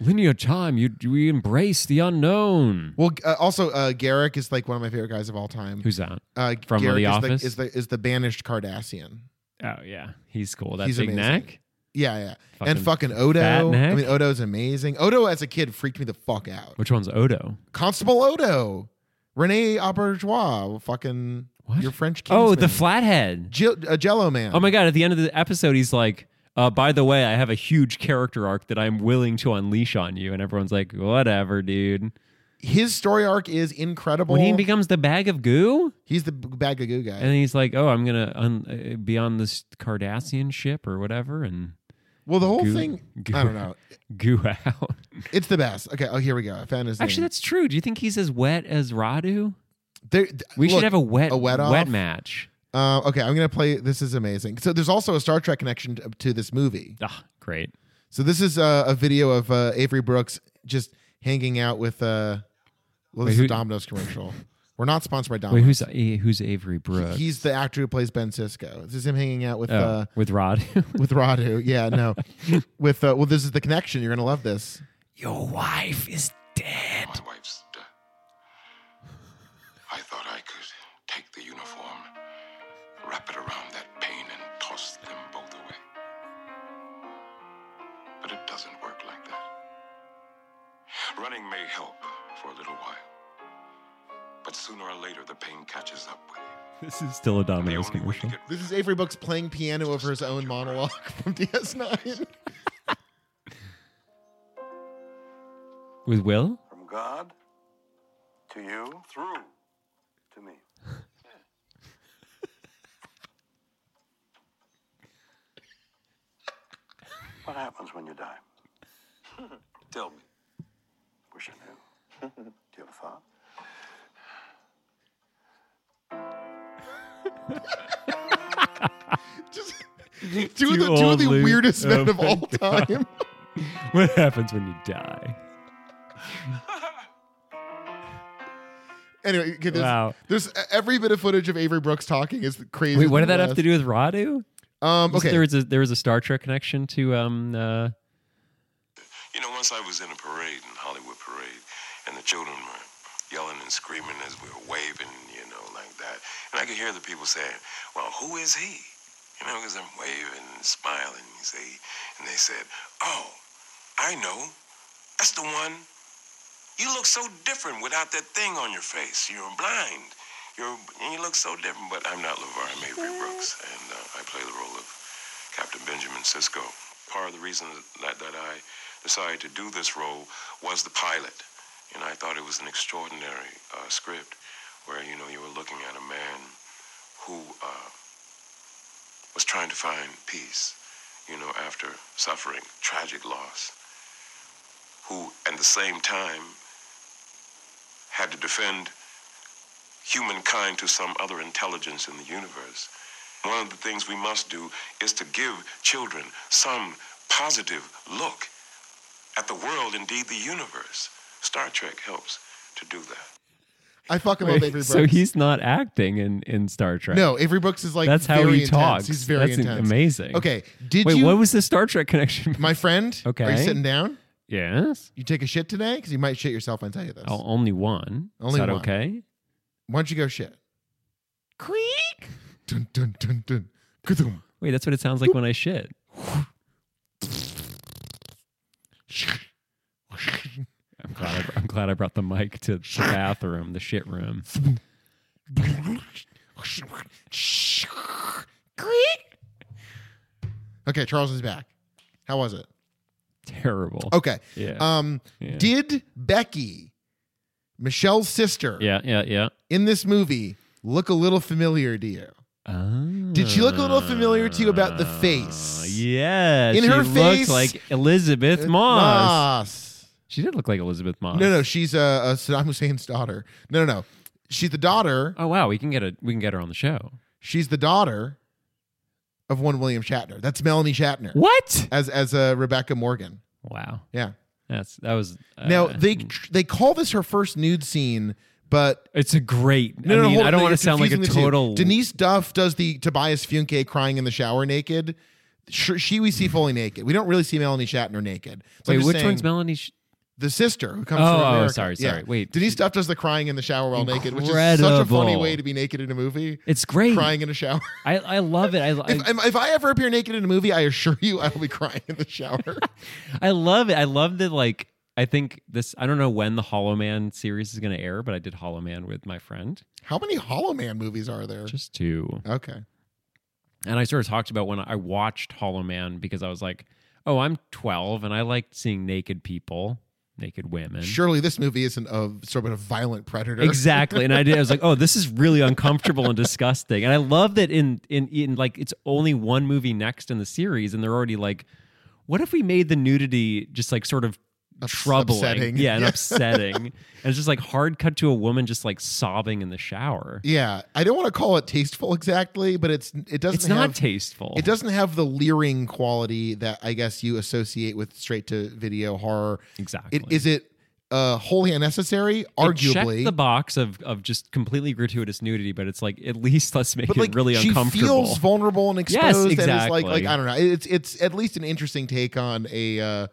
B: Linear time, you we embrace the unknown.
A: Well, uh, also uh, Garrick is like one of my favorite guys of all time.
B: Who's that?
A: uh,
B: from The
A: Garrick is
B: Office?
A: The, is the is the banished Cardassian?
B: Oh yeah, he's cool. That
A: He's
B: big
A: amazing.
B: neck.
A: Yeah, yeah. and
B: Fucking
A: fucking Odo.
B: fat neck.
A: I mean, Odo's amazing. Odo as a kid freaked me the fuck out.
B: Which one's Odo?
A: Constable Odo, Rene Auberjois, fucking
B: What?
A: your French. Kingsman.
B: Oh, the flathead.
A: Jell- uh, Jello man.
B: Oh my god! At the end of the episode, he's like. Uh, by the way, I have a huge character arc that I'm willing to unleash on you, and everyone's like, "Whatever, dude."
A: His story arc is incredible.
B: When he becomes the bag of goo,
A: He's the b- bag of goo guy.
B: and he's like, "Oh, I'm gonna un- uh, be on this Cardassian ship or whatever," and
A: well, the whole
B: Goo-
A: thing,
B: Goo-
A: I don't know.
B: goo out.
A: It's the best. Okay. Oh, here we go. I found his
B: Actually,
A: name.
B: that's true. Do you think he's as wet as Radu?
A: There, th-
B: We
A: look,
B: should have a wet
A: a wet
B: wet,
A: off?
B: match.
A: Uh, okay, I'm gonna play. This is amazing. So there's also a Star Trek connection to, to this movie.
B: Ah, great.
A: So this is uh, a video of uh, Avery Brooks just hanging out with. Uh, well,
B: Wait,
A: this is
B: who-
A: a Domino's commercial. We're not sponsored by
B: Wait,
A: Domino's.
B: who's A- who's Avery Brooks?
A: He's the actor who plays Ben Cisco. This is him hanging out with
B: oh,
A: uh,
B: with Radu.
A: with Radu. Yeah, no, with uh, well, this is the connection. You're gonna love this.
B: Your wife is dead.
D: My wife's dead. I thought I could take the uniform, wrap it around that pain, and toss them both away. But it doesn't work like that. Running may help for a little while, but sooner or later the pain catches up with you.
B: This is still a
D: The
B: Domino's
D: only way to
B: commercial.
D: get
A: This is Avery Brooks playing piano over his own monologue from DS9.
B: With Will?
E: From God to you through to me. what happens when you die?
D: Tell me,
E: Wish I knew. Do you have a thought?
A: just two of the,
B: You
A: two of
B: old
A: the
B: loser.
A: weirdest men
B: Oh
A: of
B: my
A: all time.
B: What happens when you die?
A: anyway, okay, there's,
B: Wow.
A: there's e, every bit of footage of Avery Brooks talking is crazy.
B: Wait, what did that have to do with Radu?
A: do? Um, okay,
B: There was a there was a Star Trek connection to um uh
D: You know, once I was in a parade, in Hollywood parade, and the children were yelling and screaming as we were waving, you know, like that. And I could hear the people saying, well, who is he? You know, because I'm waving and smiling, you see. And they said, oh, I know. That's the one. You look so different without that thing on your face. You're blind. You're, and you look so different, but I'm not LeVar. I'm Avery Brooks, and uh, I play the role of Captain Benjamin Sisko. Part of the reason that, that I decided to do this role was the pilot. And I thought it was an extraordinary uh, script where, you know, you were looking at a man who uh, was trying to find peace, you know, after suffering tragic loss, who at the same time had to defend humankind to some other intelligence in the universe. One of the things we must do is to give children some positive look at the world, indeed the universe. Star Trek helps to do that.
A: I fucking love Avery Brooks.
B: so he's not acting in, in Star Trek.
A: no, Avery Brooks is like
B: that's how
A: very
B: he
A: intense.
B: talks.
A: He's very
B: that's
A: intense.
B: amazing.
A: Okay, did
B: Wait,
A: you?
B: what was the Star Trek connection?
A: my friend? are you
B: Okay.
A: sitting down?
B: yes,
A: You take a shit today because you might shit yourself. when I tell you this.
B: oh, only one.
A: Only
B: Is that
A: one.
B: okay?
A: Why don't you go shit?
B: Creak.
A: Dun dun dun dun. Kadoom.
B: Wait, that's what it sounds like when I shit. I'm glad. I, I'm glad I brought the mic to the bathroom, the shit room.
A: Okay, Charles is back. How was it?
B: Terrible.
A: Okay.
B: Yeah.
A: Um,
B: Yeah.
A: Oh, did Becky, Michelle's sister,
B: yeah. Yeah. Yeah.
A: in this movie look a little familiar to you?
B: Oh.
A: Did she look a little familiar to you about the face?
B: Yeah,
A: In
B: Ah, she
A: her
B: looked
A: face-
B: like Elizabeth Moss.
A: Moss.
B: She did look like Elizabeth Moss.
A: No, no, she's uh, uh, Saddam Hussein's daughter. No, no, no. She's the daughter.
B: Oh wow, we can get a we can get her on the show.
A: She's the daughter of one William Shatner. That's Melanie Shatner
B: What?
A: as as uh, Rebecca Morgan.
B: Wow,
A: Yeah.
B: that's that was. Uh,
A: Now they they call this her first nude scene, but
B: It's a great.
A: no,
B: I
A: no,
B: mean,
A: hold on,
B: I don't
A: no,
B: want
A: you're
B: to sound like a
A: confusing the two.
B: total.
A: Denise Duff does the Tobias Funke crying in the shower naked. Sh- She we see fully naked. We don't really see Melanie Shatner naked. So I'm
B: Wait,
A: just
B: which
A: saying,
B: one's Melanie? Sh-
A: The sister who comes
B: Oh,
A: from
B: oh,
A: America.
B: sorry,
A: Yeah.
B: sorry. Wait.
A: Denise Duff does the crying in the shower while naked, which is such a funny
B: Incredible.
A: way to be naked in a movie.
B: It's great.
A: Crying in a shower.
B: I I love it. I I,
A: If, I, if I ever appear naked in a movie, I assure you I will be crying in the shower.
B: I love it. I love that like. I think this. I don't know when the Hollow Man series is going to air, but I did Hollow Man with my friend.
A: How many Hollow Man movies are there?
B: Just two.
A: Okay.
B: And I sort of talked about when I watched Hollow Man because I was like, oh, I'm 12 and I liked seeing naked people, naked women.
A: Surely this movie isn't a sort of a violent predator.
B: Exactly. And I did I was like, oh, this is really uncomfortable and disgusting. And I love that in in in like it's only one movie next in the series and they're already like, what if we made the nudity just like sort of
A: Ups-
B: troubling?
A: upsetting.
B: Yeah, and
A: Yeah.
B: upsetting. and it's just like hard cut to a woman just like sobbing in the shower.
A: Yeah, I don't want to call it tasteful exactly, but it's it doesn't
B: It's not
A: have,
B: tasteful.
A: It doesn't have the leering quality that I guess you associate with straight to video horror.
B: exactly.
A: It, is it uh, wholly unnecessary?
B: It checked
A: Arguably,
B: the box of of just completely gratuitous nudity, but it's like at least let's make
A: but like
B: it really
A: she
B: uncomfortable.
A: feels vulnerable and exposed. And it's like like
B: exactly.
A: I don't know. It's it's at least an interesting take on a, uh,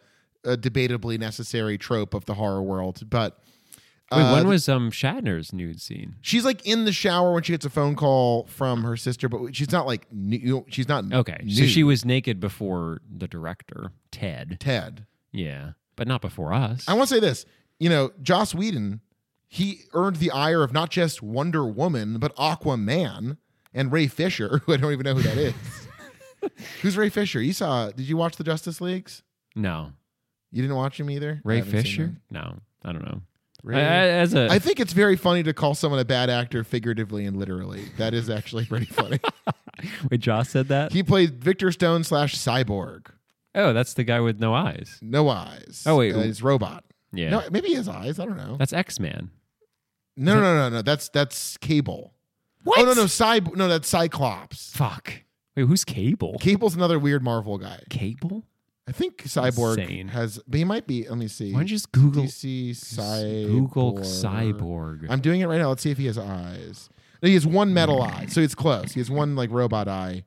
A: a debatably necessary trope of the horror world. But
B: Wait,
A: uh,
B: when was um Shatner's nude scene?
A: she's like in the shower when she gets a phone call from her sister, but she's not like new, she's not
B: Okay, so
A: nude.
B: she was naked before the director Ted.
A: Ted.
B: Yeah, but not before us.
A: I want to say this. You know, Joss Whedon, he earned the ire of not just Wonder Woman, but Aquaman and Ray Fisher, who I don't even know who that is. Who's Ray Fisher? You saw, did you watch the Justice Leagues?
B: no
A: You didn't watch him either? I
B: Ray
A: haven't seen
B: Fisher.
A: them.
B: No, I don't know. I,
A: Ray-
B: I- as a
A: I think it's very funny to call someone a bad actor figuratively and literally. That is actually pretty funny.
B: wait, Joss said that.
A: he played Victor Stone slash Cyborg.
B: oh, that's the guy with no eyes.
A: No eyes.
B: Oh, wait.
A: Uh, he's robot.
B: Yeah,
A: No, maybe he has eyes. I don't know.
B: that's X Man.
A: No, no, no, no, no. That's that's Cable.
B: What?
A: Oh no, no, Cyb- No, that's Cyclops.
B: Fuck. Wait, who's Cable?
A: Cable's another weird Marvel guy.
B: Cable?
A: I think Cyborg
B: Insane.
A: has, but he might be. Let me see.
B: Why don't you just Google
A: DC Cyborg.
B: Google Cyborg?
A: I'm doing it right now. Let's see if he has eyes. No, He has one metal
B: Mm.
A: eye, so he's close. He has one like robot eye.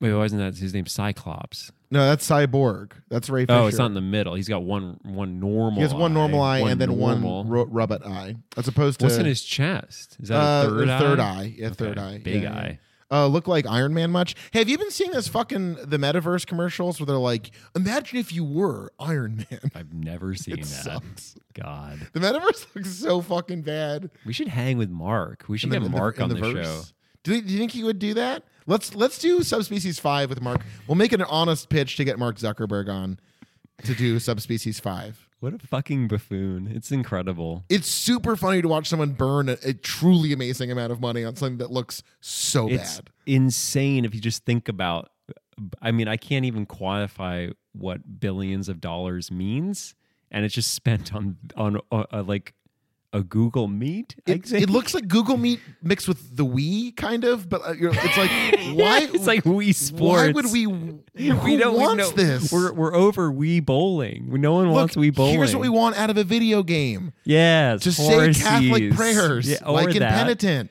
B: Wait, wasn't that his name? Cyclops.
A: No, that's Cyborg. That's Ray Fisher.
B: Oh, it's not in the middle. He's got one one normal.
A: He has one normal eye
B: one
A: and then
B: normal.
A: one ro- robot eye, as opposed to
B: What's in his chest? Is that
A: uh,
B: a third eye?
A: third eye. Yeah,
B: Okay,
A: third eye.
B: Big
A: Yeah, yeah.
B: eye.
A: uh, look like Iron Man much. Hey, have you been seeing this fucking the metaverse commercials where they're like, imagine if you were Iron Man?
B: I've never seen
A: It
B: that.
A: sucks.
B: God,
A: The metaverse looks so fucking bad.
B: we should hang with Mark. We should
A: In the-
B: get
A: in the-
B: Mark
A: in
B: on
A: the
B: the, show.
A: verse. Do you, do you think he would do that? Let's let's do Subspecies Five with Mark. We'll make it an honest pitch to get Mark Zuckerberg on to do Subspecies Five.
B: What a fucking buffoon. It's incredible.
A: It's super funny to watch someone burn a, a truly amazing amount of money on something that looks so
B: It's
A: bad.
B: insane if you just think about I mean, I can't even quantify what billions of dollars means and it's just spent on on uh, uh, like a Google Meet. I
A: It,
B: think.
A: it looks like Google Meet mixed with the Wii, kind of, but uh, you're, it's like why?
B: it's like Wii Sports.
A: Why would we? Who wants
B: we know-
A: this?
B: We're we're over Wii bowling. No one
A: Look,
B: wants Wii bowling.
A: here's what we want out of a video game.
B: Yes,
A: to say
B: horses.
A: Catholic prayers,
B: Yeah, or
A: like in
B: that.
A: Penitent,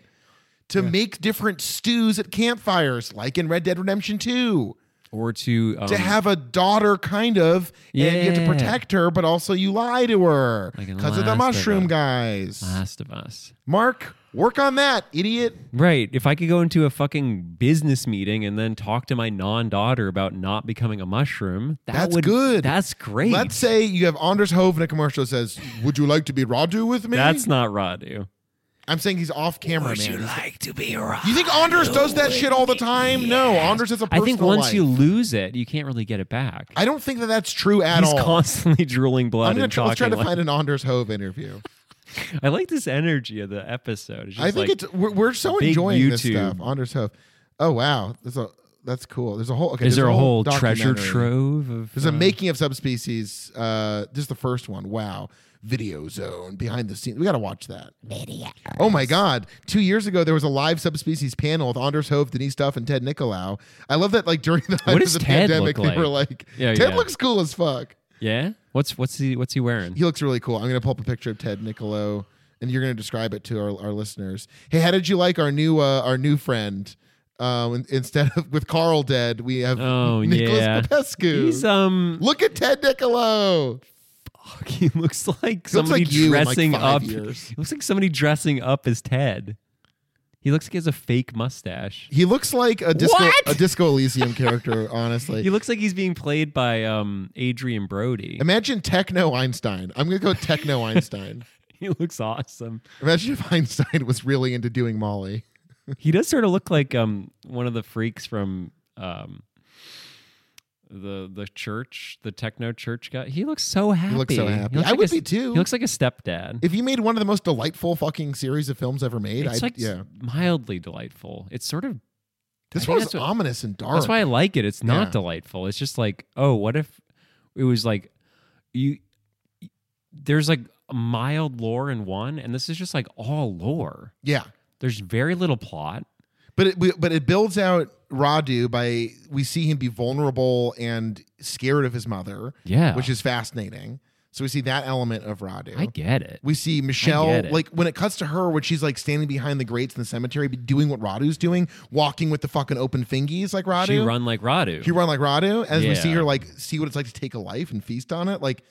A: to make different stews at campfires, like in Red Dead Redemption 2,
B: or to um,
A: to have a daughter, kind of, and you have to
B: Yeah.
A: protect her, but also you lie to her
B: Like in
A: because of
B: Last
A: the
B: of
A: mushroom
B: Us. Uh-huh.
A: guys.
B: Last of Us.
A: Mark, work on that, idiot.
B: Right. If I could go into a fucking business meeting and then talk to my non daughter about not becoming a mushroom, that
A: That's
B: would,
A: good.
B: That's great.
A: Let's say you have Anders Hove in a commercial that says, Would you like to be Radu with me?
B: That's not Radu.
A: I'm saying he's off camera, man. He's-
B: like to be Radu?
A: You think Anders does that shit all the time? No, Anders has a
B: I
A: personal
B: think once
A: life.
B: you lose it, you can't really get it back.
A: I don't think that that's true at
B: He's
A: all.
B: constantly drooling blood
A: I'm gonna
B: and
A: try,
B: talking.
A: let's try to
B: like-
A: find an Anders Hove interview.
B: I like this energy of the episode. It's just
A: I think
B: like,
A: it's we're, we're so
B: big
A: enjoying this
B: YouTube.
A: stuff. Anders Hove. Oh wow, that's a that's cool. There's a whole. Okay,
B: is there a whole treasure
A: documentary.
B: trove of
A: There's a
B: uh,
A: making of subspecies. Uh, just the first one. Wow, video zone behind the scenes. We gotta watch that. Oh my god! Two years ago, there was a live subspecies panel with Anders Hove, Denise Duff, and Ted Nicolau. I love that. Like during the height
B: does
A: of the
B: Ted
A: pandemic,
B: look
A: they were
B: like?
A: like,
B: Yeah,
A: "Ted
B: yeah.
A: looks cool as fuck."
B: uh, Yeah. What's what's he what's he wearing?
A: He looks really cool. I'm going to pull up a picture of Ted Niccolo, and you're going to describe it to our, our listeners. Hey, how did you like our new uh, our new friend? Um, in- instead of with Carl dead, we have
B: Oh,
A: Nicholas
B: yeah.
A: Popescu.
B: He's um.
A: Look at Ted Niccolo.
B: He looks like somebody
A: like you in, like,
B: dressing
A: five
B: up.
A: years.
B: He looks like somebody dressing up as Ted. He looks like he has a fake mustache.
A: He looks like a disco
B: What?
A: a disco Elysium character. Honestly,
B: He looks like he's being played by um Adrian Brody.
A: imagine Techno Einstein. I'm going to go Techno Einstein.
B: He looks awesome.
A: Imagine if Einstein was really into doing Molly.
B: He does sort of look like um one of the freaks from um the the church, the techno church guy. He looks so happy.
A: looks so happy. I
B: like
A: would
B: a s-
A: be too.
B: He looks like a stepdad.
A: If you made one of the most delightful fucking series of films ever made,
B: it's
A: I
B: like
A: yeah,
B: mildly delightful. It's sort of
A: this
B: think
A: one was
B: that's what-
A: ominous and dark.
B: that's why I like it. It's not
A: Yeah.
B: delightful. It's just like, oh, what if it was like you there's like mild lore in one and this is just like all lore.
A: Yeah,
B: There's very little plot.
A: but it we- but it builds out Radu by we see him be vulnerable and scared of his mother,
B: Yeah.
A: which is fascinating. So we see that element of Radu.
B: I get it.
A: we see Michelle,
B: get it.
A: like when it cuts to her, when she's like standing behind the grates in the cemetery, be- doing what Radu's doing, walking with the fucking open fingies like Radu.
B: She run like Radu.
A: She run like Radu, as we see
B: Yeah.
A: her like see what it's like to take a life and feast on it. Like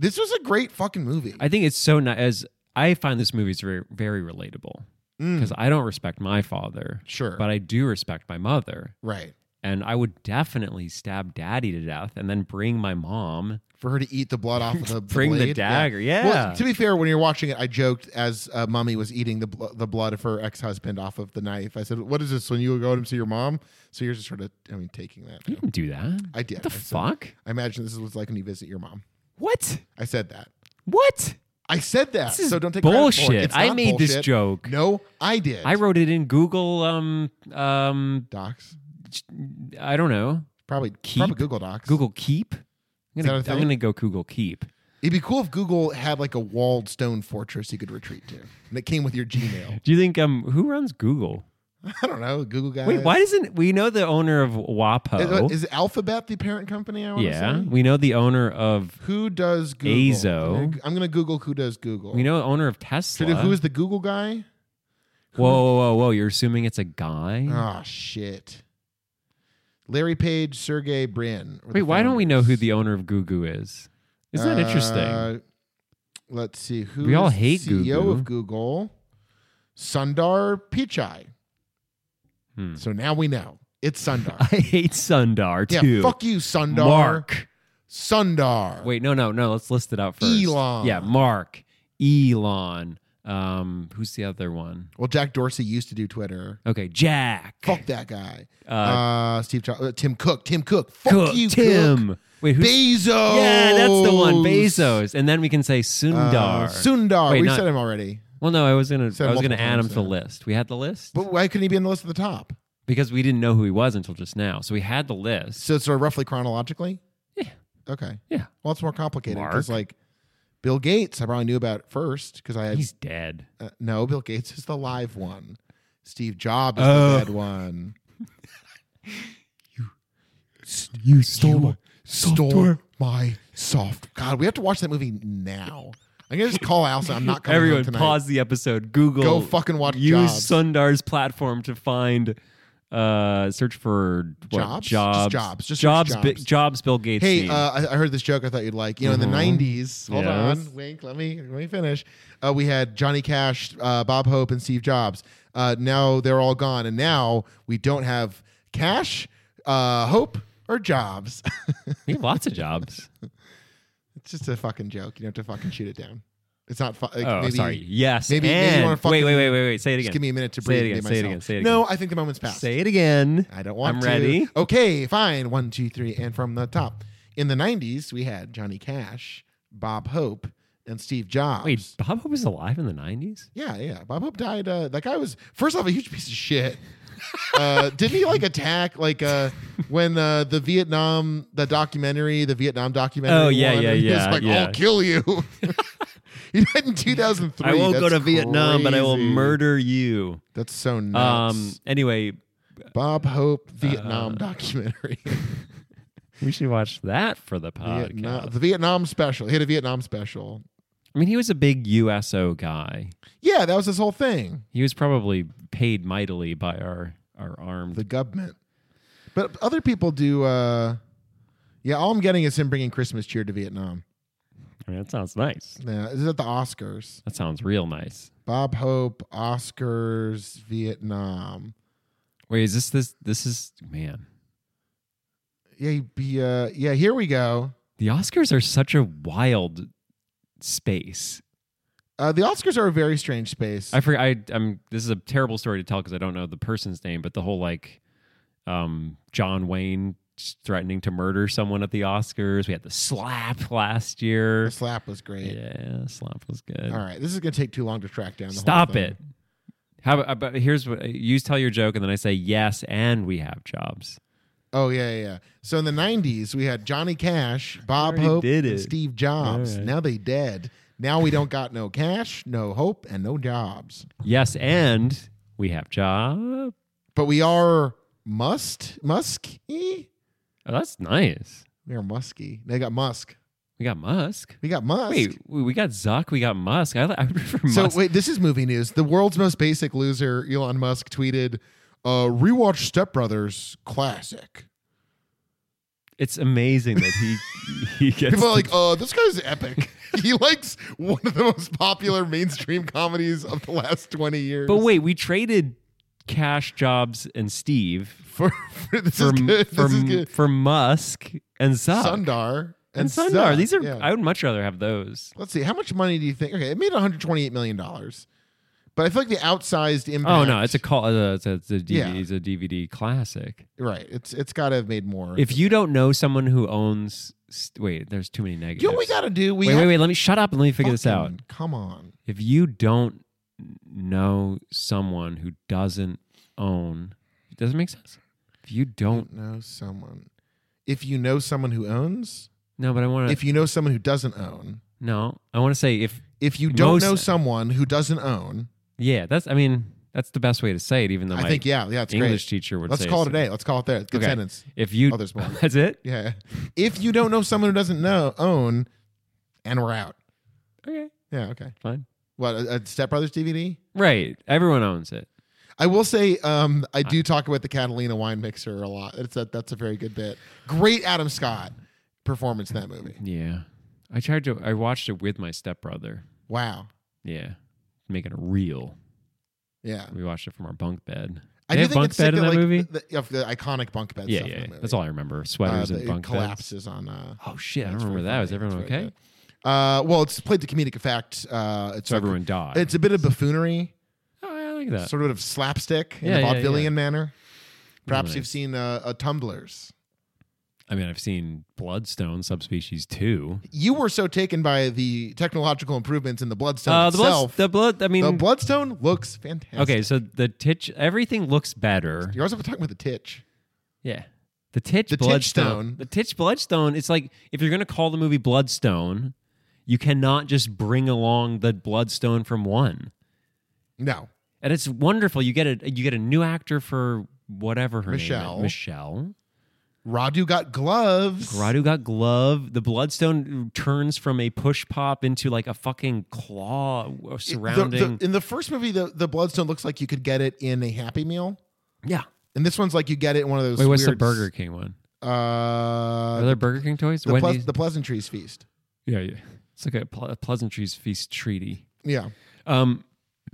A: this was a great fucking movie.
B: I think it's so nice as I find this movie is very very relatable.
A: Mm.
B: Because I don't respect my father.
A: Sure.
B: But I do respect my mother.
A: right.
B: And I would definitely stab daddy to death and then bring my mom
A: for her to eat the blood off of the the
B: Bring the
A: blade.
B: dagger,
A: Well,
B: yeah.
A: to be fair, when you're watching it, I joked as uh, Mummy was eating the bl- the blood of her ex husband off of the knife. I said, "What is this? When you go and see your mom?" So you're just sort of, I mean, taking that.
B: You
A: now.
B: didn't do that.
A: I did.
B: What the
A: I said-
B: fuck?
A: I imagine this is what it's like when you visit your mom.
B: What?
A: I said that.
B: What?
A: I said that.
B: This is
A: so don't take credit for it.
B: bullshit.
A: It's
B: I
A: not
B: made this
A: bullshit.
B: joke.
A: No, I did.
B: I wrote it in Google. Um, um,
A: docs.
B: I don't know.
A: Probably
B: Keep?
A: probably Google Docs.
B: Google Keep. I'm
A: that a
B: gonna,
A: thing?
B: I'm gonna go Google Keep.
A: It'd be cool if Google had like a walled stone fortress you could retreat to, and it came with your Gmail.
B: Do you think um who runs Google?
A: I don't know, Google guys.
B: Wait, why doesn't we know the owner of WAPO?
A: Uh, Is, is Alphabet the parent company? I want
B: yeah,
A: to say.
B: we know the owner of
A: Who does Google?
B: Azo.
A: I'm gonna- I'm going to Google who does Google.
B: we know the owner of
A: So
B: Tesla.
A: do- who is the Google guy?
B: whoa, whoa, whoa, whoa! You're assuming it's a guy.
A: Oh shit. Larry Page, Sergey Brin. were the
B: Wait, why don't we know who
A: founders.
B: the owner of Google is? Isn't that interesting?
A: Uh, Let's see who
B: We all
A: is
B: hate
A: CEO
B: Google.
A: of Google. Sundar Pichai.
B: Hmm.
A: So now we know. It's Sundar.
B: I hate Sundar
A: yeah,
B: too.
A: fuck you, Sundar.
B: Mark.
A: Sundar.
B: Wait, no, no, no. Let's list it out first.
A: Elon.
B: Yeah, Mark, Elon, Um, who's the other one?
A: Well, Jack Dorsey used to do Twitter.
B: Okay, Jack.
A: Fuck that guy. Uh,
B: Uh,
A: Steve Cho- uh, Tim Cook. Tim Cook. Fuck
B: Cook,
A: you, Cook.
B: Tim. Wait, who's
A: Bezos.
B: Yeah, that's the one, Bezos. And then we can say Sundar.
A: Uh, Sundar.
B: Wait,
A: we
B: not-
A: said him already.
B: Well, no, I was gonna
A: Said
B: I was
A: multiple
B: gonna add him
A: times
B: to the
A: there.
B: list. We had the list
A: But why couldn't he be on the list at the top?
B: because we didn't know who he was until just now. So we had the list.
A: So it's sort of roughly chronologically?
B: Yeah.
A: Okay.
B: Yeah.
A: Well, it's more complicated
B: Mark.
A: because, like, Bill Gates, I probably knew about first because I had.
B: He's dead.
A: Uh, no, Bill Gates is the live one. Steve Jobs is
B: Oh.
A: the dead one.
B: You
A: Store my soft. God, we have to watch that movie now. I'm gonna just call Allison. I'm not coming home
B: Everyone,
A: tonight.
B: pause the episode. Google.
A: Go fucking watch
B: Use
A: Jobs.
B: Sundar's platform to find. Uh, search for what,
A: Jobs? Just
B: Jobs.
A: Jobs. Just
B: jobs.
A: search
B: Bi-
A: Jobs.
B: jobs. Bill Gates.
A: Hey,
B: meme.
A: uh, I, I heard this joke. I thought you'd like. You know, in
B: Mhm.
A: the '90s. Hold
B: Yes.
A: on, wink. Let me let me finish. Uh, we had Johnny Cash, uh, Bob Hope, and Steve Jobs. Uh, now they're all gone, and now we don't have Cash, uh, Hope, or Jobs.
B: we have lots of jobs.
A: it's just a fucking joke. You don't have to fucking shoot it down. It's not. Fu- like,
B: oh,
A: maybe,
B: sorry. Yes.
A: maybe- maybe you
B: and-
A: wanna
B: wait,
A: fucking-
B: wait, wait, wait, wait. Say it
A: Just
B: again.
A: give me a minute to
B: Say it
A: breathe. and
B: again,
A: be
B: say it
A: myself.
B: again, say it
A: No, I think the moment's passed.
B: Say it again.
A: I don't want
B: I'm
A: to.
B: ready.
A: Okay, fine. One, two, three, and from the top. In the '90s, we had Johnny Cash, Bob Hope, and Steve Jobs.
B: Wait, Bob Hope was alive in the '90s.
A: Yeah, yeah. Bob Hope died. Uh, that guy was first off a huge piece of shit. uh, didn't he like attack like uh, when uh, the Vietnam the documentary the Vietnam documentary?
B: Oh, yeah,
A: won,
B: yeah,
A: and he was
B: yeah,
A: like
B: yeah.
A: I'll kill you. he died in two thousand three.
B: I won't go to Vietnam, but I will murder you.
A: That's so nuts.
B: Um. uh, Anyway,
A: Bob Hope Vietnam documentary.
B: we should watch that for the podcast.
A: Vietnam, the Vietnam special. He had a Vietnam special.
B: I mean, he was a big USO guy.
A: Yeah, that was his whole thing.
B: He was probably paid mightily by our our armed.
A: the government. But other people do. Uh, yeah, all I'm getting is him bringing Christmas cheer to Vietnam.
B: I mean, that sounds nice.
A: Yeah, this is at the Oscars.
B: That sounds real nice.
A: Bob Hope, Oscars, Vietnam.
B: Wait, is this this this is man?
A: Yeah, he, he, uh, yeah. Here we go.
B: The Oscars are such a wild space.
A: Uh, the Oscars are a very strange space.
B: I forget. I, I'm. This is a terrible story to tell because I don't know the person's name, but the whole like, um, John Wayne threatening to murder someone at the Oscars. We had the slap last year.
A: the slap was great.
B: Yeah, slap was good.
A: All right, this is gonna take too long to track down. The whole
B: Stop
A: thing.
B: it. How about, about here's what you tell your joke and then I say yes and we have jobs.
A: Oh yeah, yeah. yeah. So in the '90s, we had Johnny Cash, Bob
B: already
A: Hope,
B: did
A: and
B: it.
A: Steve Jobs.
B: All right.
A: Now they dead. Now we don't got no cash, no hope, and no jobs.
B: Yes and we have job. oh,
A: but we are must Musk. We
B: Oh, that's nice.
A: are musky. They got Musk.
B: We got Musk.
A: We got Musk.
B: Wait, we we got Zuck. We got Musk. I, I prefer
A: so
B: Musk.
A: wait, this is movie news. The world's most basic loser, Elon Musk, tweeted, uh, "Rewatch Step Brothers, classic."
B: It's amazing that he he gets
A: People
B: to-
A: are like, "Uh, this guy's epic. he likes one of the most popular mainstream comedies of the last twenty years."
B: But wait, we traded Cash, Jobs, and Steve
A: for, for this
B: for
A: is good.
B: for,
A: this is good.
B: for Musk and Zuck
A: Sundar
B: and
A: and,
B: Sundar.
A: Zuck.
B: These are
A: Yeah.
B: I would much rather have those.
A: Let's see. How much money do you think? Okay, it made 128 million dollars, but I feel like the outsized impact.
B: Oh no, it's a call. Uh, it's a, it's a DVD,
A: Yeah.
B: it's a DVD classic.
A: right. It's it's got to have made more.
B: If you don't know someone who owns, st- wait, there's too many negatives.
A: you know, what we got to do. We
B: wait,
A: have
B: wait, wait. Let me shut up and let me figure this out.
A: fucking- Come on.
B: If you don't know someone who doesn't own, it doesn't make sense. If you don't,
A: know someone. If you know someone who owns.
B: no, but I want to.
A: If you know someone who doesn't own.
B: no, I want to say if
A: If you don't
B: Most-
A: know someone who doesn't own,
B: yeah, that's. I mean, that's the best way to say it. Even though
A: I
B: my
A: think yeah, yeah, it's
B: English
A: great.
B: teacher would
A: Let's
B: say
A: call it
B: it's-
A: a day. Let's call it there. Good
B: Okay.
A: sentence.
B: If you,
A: Oh, there's more.
B: that's it.
A: Yeah. If you don't know someone who doesn't know own, and we're out.
B: Okay,
A: Yeah. Okay.
B: fine.
A: What a, a Step Brothers DVD?
B: Right, everyone owns it.
A: I will say, um, I do talk about the Catalina wine mixer a lot. It's a, that's a very good bit. Great Adam Scott performance in that movie.
B: Yeah, I tried to. I watched it with my stepbrother.
A: Wow.
B: Yeah, making it real.
A: Yeah.
B: We watched it from our bunk bed.
A: I
B: They
A: do
B: have bunk
A: sick
B: bed in
A: that,
B: that
A: like,
B: movie.
A: The, the, of the iconic bunk bed
B: yeah,
A: stuff
B: yeah,
A: in
B: yeah.
A: that movie.
B: that's all I remember.
A: Uh,
B: Sweaters
A: the-
B: and
A: it
B: bunk beds.
A: collapses on. Uh,
B: Oh shit! I
A: that's
B: don't remember
A: very
B: that. Was
A: funny.
B: everyone
A: That's very
B: okay?
A: good. Uh, well, it's played to comedic effect. Uh, it's
B: So
A: like-
B: everyone died.
A: It's a bit of buffoonery,
B: oh, I like that.
A: sort of slapstick in
B: Yeah,
A: a
B: yeah,
A: vaudevillian
B: yeah.
A: manner. Perhaps
B: Nice.
A: you've seen uh, uh, Tumblers.
B: I mean, I've seen Bloodstone subspecies two.
A: You were so taken by the technological improvements in the Bloodstone
B: Uh, the blood,
A: itself.
B: the blood. I mean,
A: the Bloodstone looks fantastic.
B: okay. So the titch, everything looks better.
A: You're also talking about the titch.
B: Yeah. The Titch
A: The Titch
B: Bloodstone.
A: Stone.
B: The Titch Bloodstone. It's like if you're going to call the movie Bloodstone, you cannot just bring along the Bloodstone from one.
A: No.
B: And it's wonderful. You get a you get a new actor for whatever her name
A: Michelle.
B: is. Michelle.
A: Radu got gloves.
B: Radu got glove. The Bloodstone turns from a push pop into like a fucking claw
A: It- the- the-
B: surrounding.
A: in the first movie, the, the Bloodstone looks like you could get it in a Happy Meal.
B: yeah.
A: And this one's like you get it in one of those.
B: Wait, what's the
A: weird-
B: Burger King one?
A: Uh,
B: Are there Burger King toys?
A: the, Pleas-
B: Wendy's?
A: the Pleasantries Feast.
B: yeah, yeah. It's like a, ple- a Pleasantries Feast treaty.
A: Yeah.
B: Um,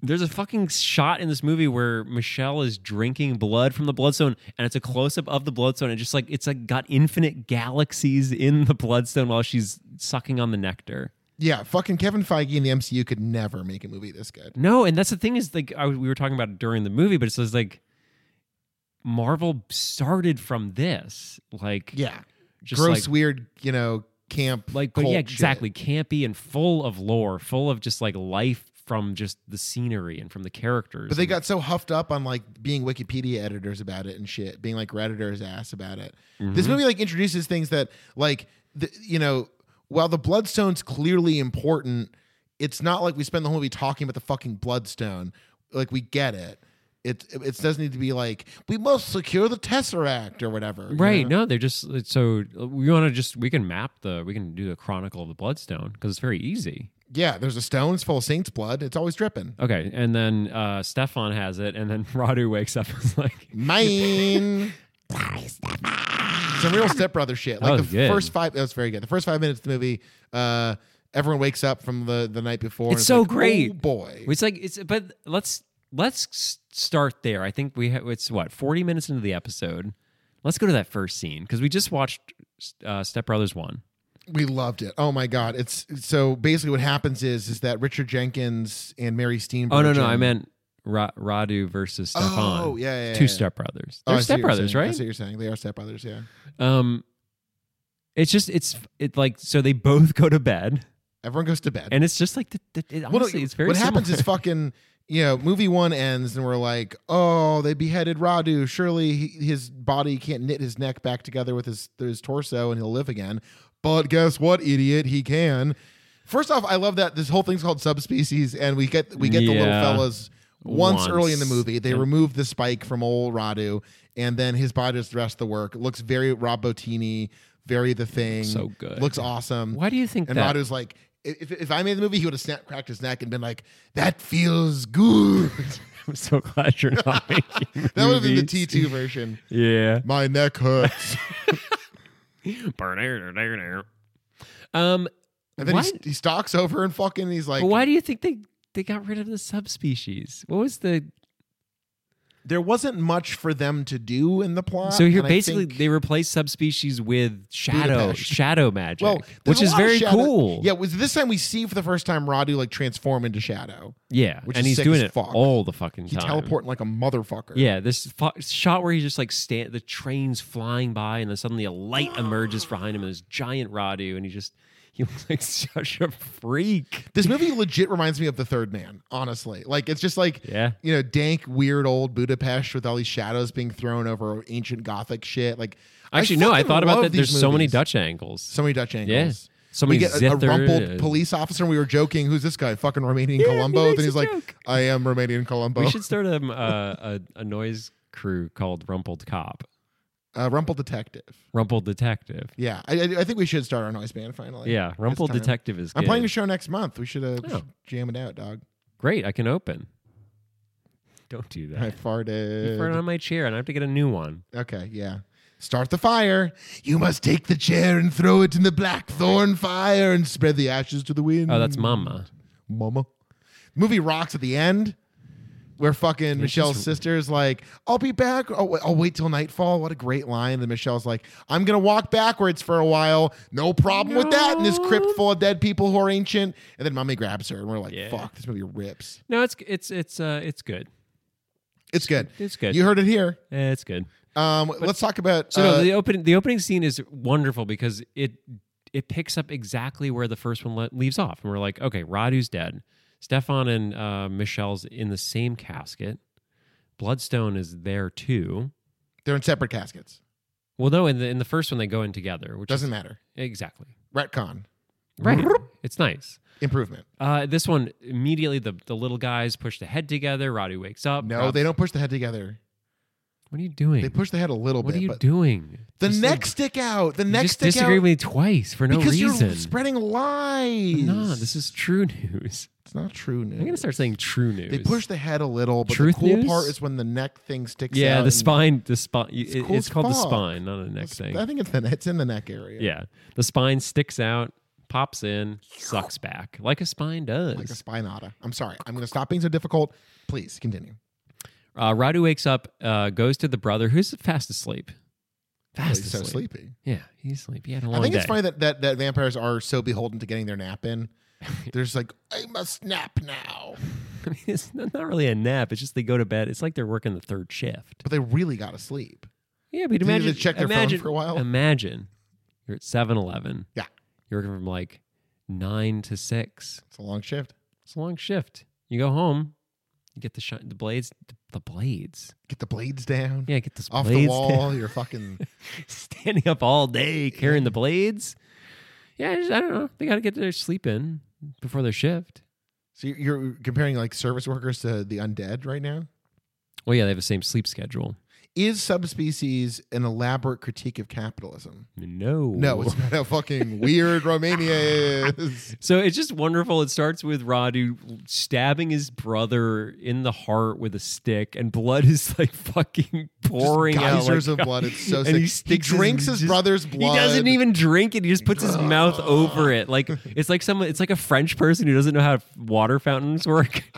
B: there's a fucking shot in this movie where Michelle is drinking blood from the bloodstone, and it's a close up of the bloodstone, and just like it's like got infinite galaxies in the bloodstone while she's sucking on the nectar.
A: Yeah. Fucking Kevin Feige and the MCU could never make a movie this good.
B: No, and that's the thing is like I, we were talking about it during the movie, but it's just like Marvel started from this, like
A: Yeah.
B: just
A: Gross,
B: like,
A: weird, you know, camp.
B: like but
A: cult
B: yeah,
A: shit.
B: exactly campy and full of lore, full of just like life from just the scenery and from the characters.
A: But they
B: and-
A: got so huffed up on like being Wikipedia editors about it and shit, being like Redditor's ass about it.
B: Mm-hmm.
A: This movie like introduces things that like the, you know, while the Bloodstone's clearly important, it's not like we spend the whole movie talking about the fucking Bloodstone. Like we get it. It it doesn't need to be like we must secure the Tesseract or whatever. you
B: Right.
A: know?
B: No, they're just it's so uh, we want to just we can map the we can do the chronicle of the bloodstone because it's very easy.
A: Yeah. There's a stone. It's full of saints' blood. It's always dripping.
B: Okay, and then uh Stefan has it, and then Radu wakes up and is like,
A: Mine. Some real stepbrother shit.
B: That
A: Like
B: was
A: the
B: good.
A: first five. That was very good. The first five minutes of the movie. Uh, everyone wakes up from the the night before. and
B: It's so
A: like,
B: great.
A: Oh boy.
B: it's like it's but let's let's s- start there. I think we ha- it's what forty minutes into the episode. Let's go to that first scene because we just watched uh, Step Brothers one.
A: We loved it. Oh my god. It's so basically what happens is is that Richard Jenkins and Mary Steenburgen.
B: Oh no, no, I meant Ra- Radu versus Stefan.
A: Oh, yeah, yeah, yeah,
B: two
A: yeah.
B: Step Brothers.
A: Oh, I see
B: They're
A: what
B: Step
A: you're
B: Brothers,
A: saying. I
B: right?
A: see what you're saying. They are stepbrothers. Yeah.
B: Um, it's just it's it like so they both go to bed,
A: Everyone goes to bed.
B: and it's just like the, the, it,
A: Well, no,
B: honestly, it's very.
A: what happens
B: similar.
A: is fucking you know movie one ends and we're like oh they beheaded radu surely he, his body can't knit his neck back together with his his torso and he'll live again but guess what idiot he can first off i love that this whole thing's called subspecies and we get we get the little
B: Yeah.
A: fellas once,
B: Once.
A: early in the movie they remove the spike from old radu and then his body does the rest of the work it looks very rob botini very the thing
B: So good.
A: looks awesome
B: Why do you think
A: and
B: that?
A: Radu's like, if, if I made the movie, he would have snapped, cracked his neck and been like, that feels good.
B: I'm so glad you're not making.
A: that would have been the
B: movies.
A: T2 version.
B: Yeah.
A: My neck hurts.
B: Um.
A: And then
B: why,
A: he, he stalks over and fucking he's like,
B: but why do you think they they got rid of the subspecies? What was the
A: there wasn't much for them to do in the plot.
B: so
A: Uh,
B: here?
A: and I
B: Basically,
A: think-
B: they replaced subspecies with shadow
A: Budapest.
B: shadow magic,
A: well, there's
B: which
A: a
B: is
A: lot of
B: very
A: shadow-
B: cool.
A: Yeah, was this time we see for the first time Radu like transform into shadow.
B: yeah,
A: which
B: and
A: is
B: he's
A: sick
B: doing
A: as
B: it
A: fuck.
B: all the fucking
A: He
B: time.
A: teleporting like a motherfucker.
B: Yeah, this fo- shot where he's just like stand, the train's flying by, and then suddenly a light emerges behind him, and this giant Radu, and he just he looks like such a freak.
A: This movie legit reminds me of The Third Man, honestly. Like it's just like
B: Yeah.
A: you know, dank, weird old Budapest with all these shadows being thrown over ancient Gothic shit. Like,
B: Actually, no, I
A: fucking
B: thought about
A: love
B: that. There's
A: These
B: so many
A: movies.
B: Dutch angles.
A: so many Dutch angles.
B: So
A: we
B: many
A: get a, a
B: zither-
A: rumpled police officer. and We were joking, "Who's this guy? Fucking Romanian Colombo?"
B: makes
A: Then
B: a
A: he's like,
B: joke.
A: "I am Romanian Colombo."
B: We should start um, uh, a a noise crew called Rumpled Cop,
A: uh, Rumple Detective.
B: Rumpled Detective.
A: Yeah, I, I, I think we should start our noise band finally.
B: Yeah, Rumpled
A: time.
B: Detective is.
A: I'm
B: good.
A: playing a show next month. We should, uh, we
B: Oh.
A: should jam it out, dog.
B: Great, I can open. Don't do that.
A: I
B: You
A: farted.
B: farted on my chair, and I have to get a new one.
A: Okay, yeah. Start the fire. You must take the chair and throw it in the blackthorn fire and spread the ashes to the wind.
B: Oh, that's Mama.
A: Mama. Movie rocks at the end. where fucking Michelle's
B: just-
A: sister's like, "I'll be back. Oh, wait- I'll wait till nightfall." What a great line! And Michelle's like, "I'm gonna walk backwards for a while. No problem with that." In this crypt full of dead people who are ancient, and then mommy grabs her, and we're like,
B: Yeah.
A: "Fuck, this movie rips."
B: No, it's it's it's uh it's good.
A: It's good.
B: It's good.
A: You heard it here.
B: Eh, it's good.
A: Um, let's talk about.
B: So no,
A: uh,
B: the opening the opening scene is wonderful because it it picks up exactly where the first one le- leaves off, and we're like, okay, Radu's dead. Stefan and uh, Michelle's in the same casket. Bloodstone is there too.
A: they're in separate caskets.
B: Well, no, in the in the first one they go in together, which
A: Doesn't
B: is,
A: matter.
B: exactly
A: Retcon
B: right. it's nice.
A: improvement.
B: Uh, this one immediately the the little guys push the head together. Radu wakes up.
A: No,
B: Radu-
A: they don't push the head together.
B: What are you doing?
A: They push the head a little
B: what
A: bit.
B: are you
A: but
B: doing?
A: The
B: Just, like,
A: neck stick out. The
B: you
A: neck
B: just
A: stick
B: disagree
A: out.
B: with me twice for no
A: because
B: reason.
A: you're spreading lies.
B: No, this is true news.
A: it's not true news.
B: I'm gonna start saying true news.
A: They push the head a little, but
B: Truth
A: the cool
B: news?
A: part is when the neck thing sticks out.
B: Yeah, the
A: and-
B: spine. The spine.
A: It's
B: It's,
A: cool
B: it's
A: as
B: called the
A: fuck.
B: spine, not a neck thing.
A: I think it's the it's in the neck area.
B: yeah, the spine sticks out, pops in, sucks back like a spine does.
A: Like a spinata. I'm sorry. I'm gonna stop being so difficult. Please continue.
B: uh, Radu wakes up, uh, goes to the brother who's fast asleep. Fast
A: He's so
B: asleep.
A: sleepy.
B: Yeah, he's sleepy. He had a long
A: I think
B: day.
A: it's funny that, that that vampires are so beholden to getting their nap in. They're just like, I must nap now.
B: I mean, it's not not really a nap. It's just they go to bed. It's like they're working the third shift.
A: But they really gotta sleep.
B: Yeah, but
A: Do you need to
B: imagine
A: check their phone
B: imagine,
A: for a while?
B: Imagine you're at 7-Eleven.
A: Yeah.
B: you're working from like nine to six.
A: It's a long shift.
B: It's a long shift. You go home, you get the shi- the blades, the, blades.
A: Get the blades down.
B: Yeah, get this
A: Off
B: blades
A: the wall. You're fucking
B: standing up all day carrying the blades. Yeah, I, just- I don't know. They got to get their sleep in before their shift.
A: So you're- you're comparing like service workers to the undead right now?
B: Well, yeah, they have the same sleep schedule.
A: Is subspecies an elaborate critique of capitalism?
B: No,
A: No, it's not how fucking weird Romania is.
B: So it's just wonderful. It starts with Radu stabbing his brother in the heart with a stick, and blood is like fucking pouring
A: Just
B: out.
A: geysers
B: like-
A: of blood. It's so
B: and
A: sick.
B: He,
A: He,
B: sticks
A: drinks his,
B: just-
A: brother's blood.
B: He doesn't even drink it. He just puts his mouth over it. Like it's like someone. It's like a French person who doesn't know how water fountains work.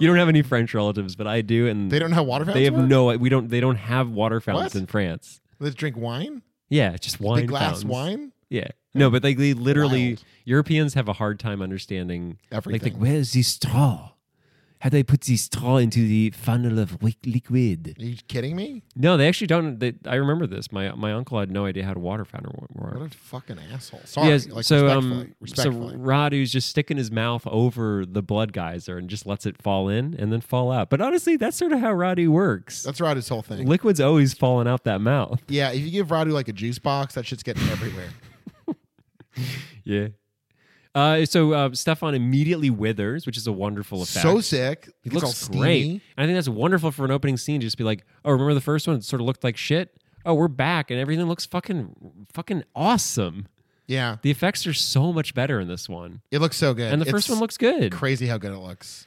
B: you don't have any French relatives, but I do, and
A: They don't have water
B: they
A: fountains.
B: have
A: work?
B: no. We don't. They don't have water fountains
A: What?
B: in France.
A: They drink wine.
B: Yeah, just wine.
A: Big glass
B: fountains.
A: wine.
B: Yeah. No, but like they literally
A: Wild.
B: Europeans have a hard time understanding Like,
A: Everything.
B: like where's the straw? How do I put the straw into the funnel of wick- liquid?
A: Are you kidding me?
B: No, they actually don't. They, I remember this. My my uncle had no idea how to water fountain wa-
A: What
B: work.
A: a fucking asshole. Sorry. like, respectfully. respectfully.
B: um, so Radu's just sticking his mouth over the blood geyser and just lets it fall in and then fall out. But honestly, that's sort of how Radu works.
A: That's Radu's whole thing.
B: Liquid's always falling out that mouth.
A: yeah, if you give Radu like a juice box, that shit's getting everywhere.
B: Yeah. Uh, so uh, Stefan immediately withers, which is a wonderful effect.
A: so sick.
B: He
A: It's all
B: looks
A: steamy.
B: great. And I think that's wonderful for an opening scene. to Just be like, oh, remember the first one? It sort of looked like shit. Oh, we're back, and everything looks fucking fucking awesome.
A: Yeah,
B: The effects are so much better in this one,
A: it looks so good.
B: and the
A: It's-
B: first one looks good.
A: crazy how good it looks.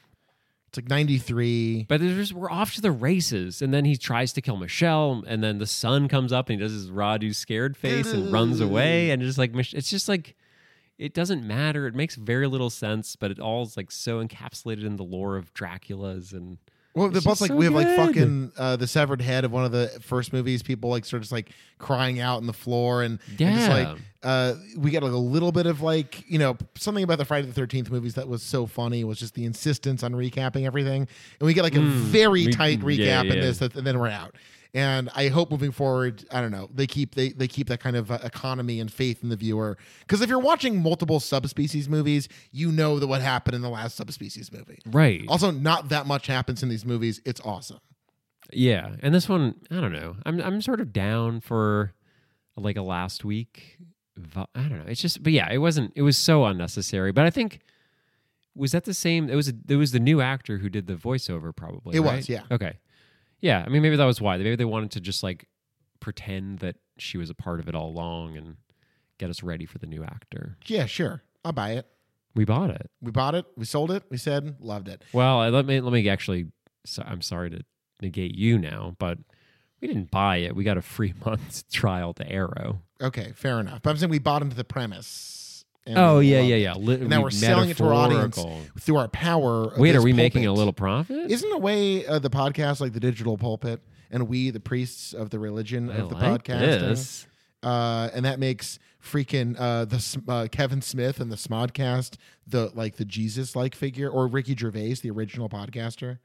A: It's like 93.
B: But there's, we're off to the races, and then he tries to kill Michelle, and then the sun comes up, and he does his Radu scared face and runs away, and just like Mich- it's just like it doesn't matter. It makes very little sense, but it all is like so encapsulated in the lore of Dracula's and
A: Well, the
B: it's
A: plus
B: just
A: like
B: so
A: we have like
B: good.
A: fucking uh, the severed head of one of the first movies. People like sort of just like crying out on the floor, and, and just
B: Yeah.
A: like uh, we get like a little bit of like you know something about the Friday the Thirteenth movies that was so funny was just the insistence on recapping everything, and we get like a very
B: Mm. we-
A: tight recap
B: yeah,
A: in
B: yeah.
A: this, that, and then we're out. And I hope moving forward, I don't know, they keep they they keep that kind of uh, economy and faith in the viewer. Because if you're watching multiple subspecies movies, you know that what happened in the last subspecies movie.
B: right.
A: Also, not that much happens in these movies. It's awesome.
B: Yeah, and this one, I don't know. I'm I'm sort of down for like a last week. vi- I don't know. It's just, but yeah, it wasn't. It was so unnecessary. But I think was that the same. It was. A, it was the new actor who did the voiceover. Probably
A: It
B: right?
A: was, yeah.
B: Okay. Yeah, I mean, maybe that was why. Maybe they wanted to just like pretend that she was a part of it all along and get us ready for the new actor.
A: Yeah, sure. I'll buy it.
B: We bought it.
A: We bought it. We sold it. We said, loved it.
B: Well, I- let me let me actually. So, I'm sorry to negate you now, but we didn't buy it. We got a free month trial to Arrow.
A: Okay, fair enough. But I'm saying we bought into the premise. And
B: Oh
A: we
B: yeah,
A: love
B: yeah,
A: it.
B: yeah. Li-
A: And now
B: we-
A: we're selling it to our audience
B: metaphorical.
A: through our power. Of
B: Wait,
A: this
B: are we making
A: pulpit.
B: a little profit?
A: Isn't a way uh, the podcast like the digital pulpit, and we the priests of the religion
B: I
A: of the
B: like
A: podcast?
B: this.
A: uh, and that makes freaking uh, the S- uh, Kevin Smith and the Smodcast the like the Jesus like figure, or Ricky Gervais, the original podcaster,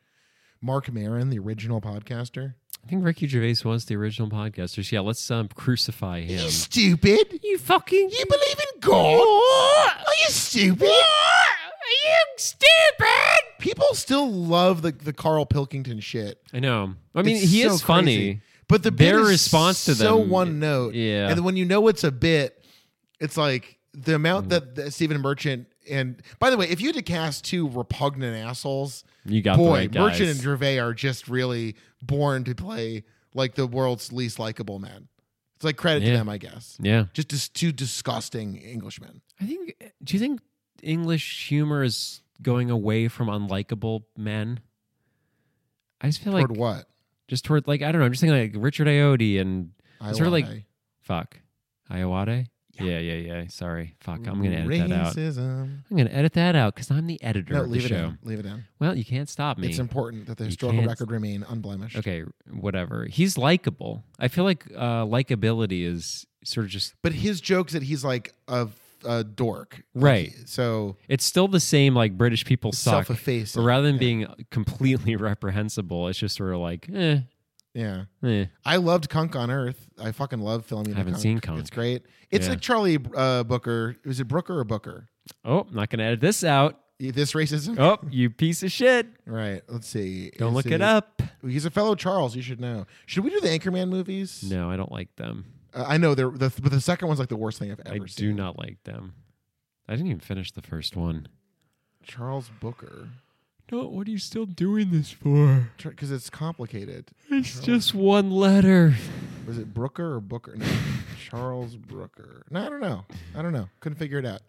A: Mark Maron, the original podcaster.
B: I think Ricky Gervais was the original podcaster. So, Yeah, let's um, crucify him.
A: You stupid!
B: You fucking
A: You believe in God? Are you stupid? Are you stupid? People still love the the Carl Pilkington shit.
B: I know. I mean,
A: It's
B: he
A: so
B: is funny.
A: crazy. But the
B: Their
A: bit is
B: response to
A: so
B: them-
A: one note.
B: Yeah.
A: And then when you know it's a bit, it's like the amount that, that Stephen Merchant and by the way, if you had to cast two repugnant assholes,
B: You got
A: boy,
B: the right guys.
A: Merchant and Gervais are just really born to play like the world's least likable men. It's like credit to
B: Yeah.
A: them, I guess.
B: yeah.
A: Just as two disgusting Englishmen.
B: I think. eh, Do you think English humor is going away from unlikable men? I just feel
A: Toward
B: like
A: what?
B: just toward like I don't know. I'm just thinking like Richard Iotti and
A: I
B: sort of like-
A: lie.
B: fuck Iowade. Yeah. yeah, yeah, Sorry, fuck. I'm gonna edit that out.
A: Racism.
B: I'm gonna edit that out because I'm the editor
A: No,
B: of the
A: leave it
B: show.
A: in. Leave it in.
B: Well, you can't stop me.
A: It's important that the
B: You
A: historical
B: can't-
A: record remain unblemished.
B: okay, whatever. He's likable. I feel like uh likability is sort of just
A: But his joke's that he's like a, a dork.
B: Right.
A: So
B: it's still the same like British people suck.
A: self-effacing.
B: But rather than
A: Yeah.
B: being uh, completely reprehensible, it's just sort of like, eh,
A: yeah.
B: eh.
A: I loved Kunk on Earth. I fucking love filming.
B: Haven't
A: Kunk.
B: seen Kunk.
A: It's great. It's
B: Yeah.
A: like Charlie uh, Booker. Is it Brooker or Booker?
B: Oh, I'm not gonna edit this out.
A: This racism.
B: Oh, you piece of shit.
A: Right. Let's see.
B: Don't
A: Is
B: look it
A: it-
B: up.
A: He's a fellow Charles. You should know. Should we do the Anchorman movies?
B: No, I don't like them.
A: Uh, I know they're the but the second one's like the worst thing I've
B: I
A: ever seen.
B: do not like them. I didn't even finish the first one.
A: Charles Booker.
B: No, what are you still doing this for?
A: Because it's complicated.
B: It's just one letter.
A: Was it Brooker or Booker? No, Charles Brooker. No, I don't know. I don't know. Couldn't figure it out.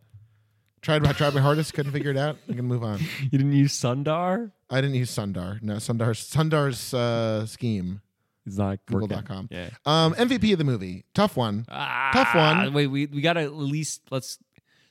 A: Tried my tried my hardest. Couldn't figure it out. I'm gonna move on.
B: You didn't use Sundar?
A: I didn't use Sundar. No, Sundar's Sundar's uh, scheme.
B: It's not working.
A: Google.com.
B: Yeah.
A: Um, MVP of the movie. Tough one.
B: Uh, Tough
A: one.
B: Wait, we, we got to at least let's.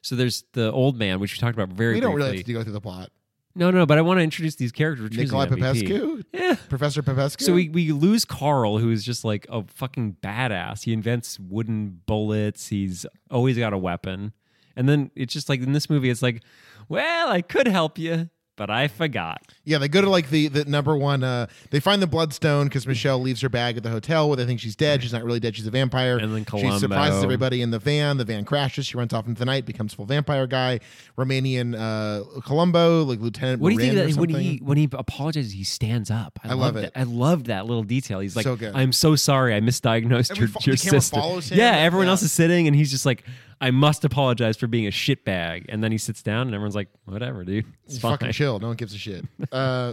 B: So there's the old man, which we talked about very
A: we don't
B: briefly.
A: really have to go through the plot.
B: No, no, but I want to introduce these characters. We're choosing
A: Nikolai
B: MVP.
A: Popescu,
B: Yeah.
A: Professor Popescu.
B: So we, we lose Carl, who is just like a fucking badass. He invents wooden bullets. He's always got a weapon. And then it's just like in this movie, it's like, well, I could help you, but I forgot.
A: yeah, they go to like the the number one. Uh, they find the bloodstone because Michelle leaves her bag at the hotel where they think she's dead. She's not really dead. She's a vampire.
B: And then
A: she
B: Columbo.
A: surprises everybody in the van. The van crashes. She runs off into the night, becomes full vampire guy. Romanian uh, Columbo, like Lieutenant.
B: What do you think
A: Moran
B: that
A: or
B: when
A: something.
B: he when he apologizes, he stands up?
A: I love
B: loved
A: it.
B: I loved that little detail. He's like,
A: So good.
B: "I'm so sorry, I misdiagnosed
A: And we
B: your,
A: fo-
B: your
A: the camera
B: sister."
A: follows him.
B: Yeah, everyone
A: Yeah.
B: else is sitting, and he's just like, "I must apologize for being a shitbag." And then he sits down, and everyone's like, "Whatever, dude, it's
A: It's
B: fine."
A: fucking chill. No one gives a shit. Uh,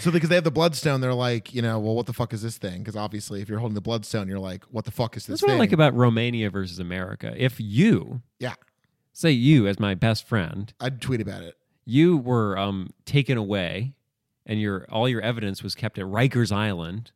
A: so because they have the bloodstone, they're like, you know, well, what the fuck is this thing? Because obviously, if you're holding the bloodstone, you're like, what the fuck is this?
B: That's what I
A: thing?
B: like about Romania versus America. If you,
A: Yeah.
B: say you as my best friend,
A: I'd tweet about it.
B: you were um, taken away, and your all your evidence was kept at Rikers Island.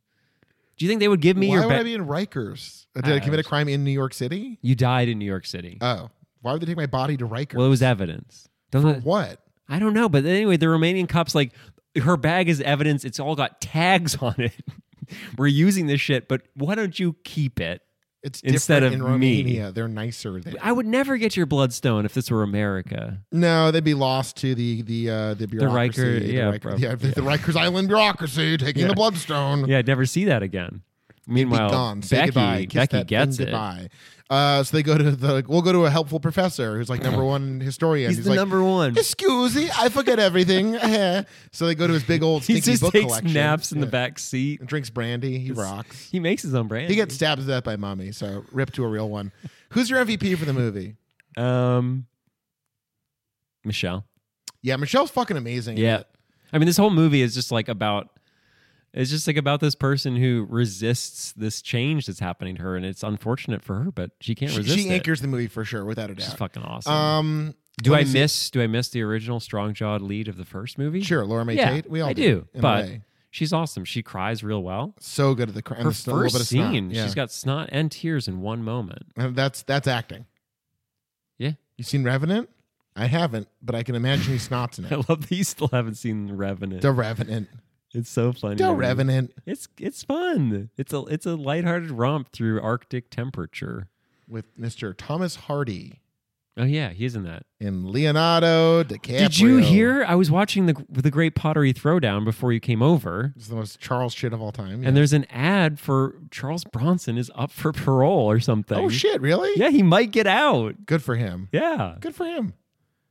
B: Do you think they would give me
A: Why
B: your?
A: would
B: Ba-
A: I be in Rikers? Uh, Did I
B: Ah,
A: commit a
B: it's-
A: crime in New York City?
B: you died in New York City.
A: Oh, why would they take my body to Rikers?
B: well, it was evidence. Doesn't it?
A: what?
B: I don't know, but anyway, the Romanian cops like her bag is evidence. It's all got tags on it. We're using this shit, but why don't you keep it?
A: It's
B: Instead
A: different in
B: of me.
A: Romania. They're nicer. There.
B: I would never get your bloodstone if this were America.
A: no, they'd be lost to the the uh, the bureaucracy.
B: Riker- yeah,
A: Riker-
B: prob-
A: yeah, the, the Rikers Island bureaucracy taking the bloodstone.
B: Yeah, I'd never see that again.
A: be
B: Meanwhile,
A: gone. Say goodbye.
B: Becky,
A: Kiss
B: Becky
A: that
B: gets
A: thing
B: it.
A: Goodbye. Uh, so they go to the. We'll go to a helpful professor who's like number one historian.
B: He's, the
A: like,
B: number one.
A: Excuse me, I forget everything. Eh. so they go to his big old
B: He
A: stinky
B: just
A: book
B: takes
A: collection.
B: naps in the
A: Yeah.
B: back seat.
A: And drinks brandy. He rocks.
B: He makes his own brand.
A: He gets stabbed to death by mommy. So rip to a real one. Who's your MVP for the movie?
B: um, Michelle.
A: Yeah, Michelle's fucking amazing. in
B: Yeah.
A: it.
B: I mean, this whole movie is just like about it's just like about this person who resists this change that's happening to her, and it's unfortunate for her, but she can't
A: She,
B: resist
A: she
B: it.
A: anchors the movie for sure, without a
B: Which is
A: doubt.
B: fucking awesome.
A: Um,
B: do
A: let
B: I
A: me see.
B: miss do I miss the original strong jawed lead of the first movie?
A: Sure, Laura May
B: yeah,
A: Tate. We all
B: I
A: do.
B: do,
A: in a
B: but
A: way.
B: she's awesome. She cries real well.
A: so good at the cr- and
B: Her
A: a little bit of
B: first
A: snot.
B: scene,
A: Yeah.
B: she's got snot and tears in one moment.
A: And that's that's acting.
B: Yeah,
A: You seen Revenant? I haven't, but I can imagine he snots in
B: I
A: it.
B: love that you still haven't seen Revenant.
A: The Revenant.
B: It's so funny.
A: The
B: man.
A: Revenant
B: It's it's fun. It's a it's a lighthearted romp through Arctic temperature.
A: with Mr. Thomas Hardy
B: Oh yeah, he's in that.
A: and Leonardo DiCaprio.
B: Did you hear? I was watching the the Great Pottery Throwdown before you came over,
A: It's the most Charles shit of all time.
B: and there's an ad for Charles Bronson is up for parole or something.
A: oh shit, really?
B: Yeah, he might get out.
A: Good for him.
B: Yeah.
A: Good for him.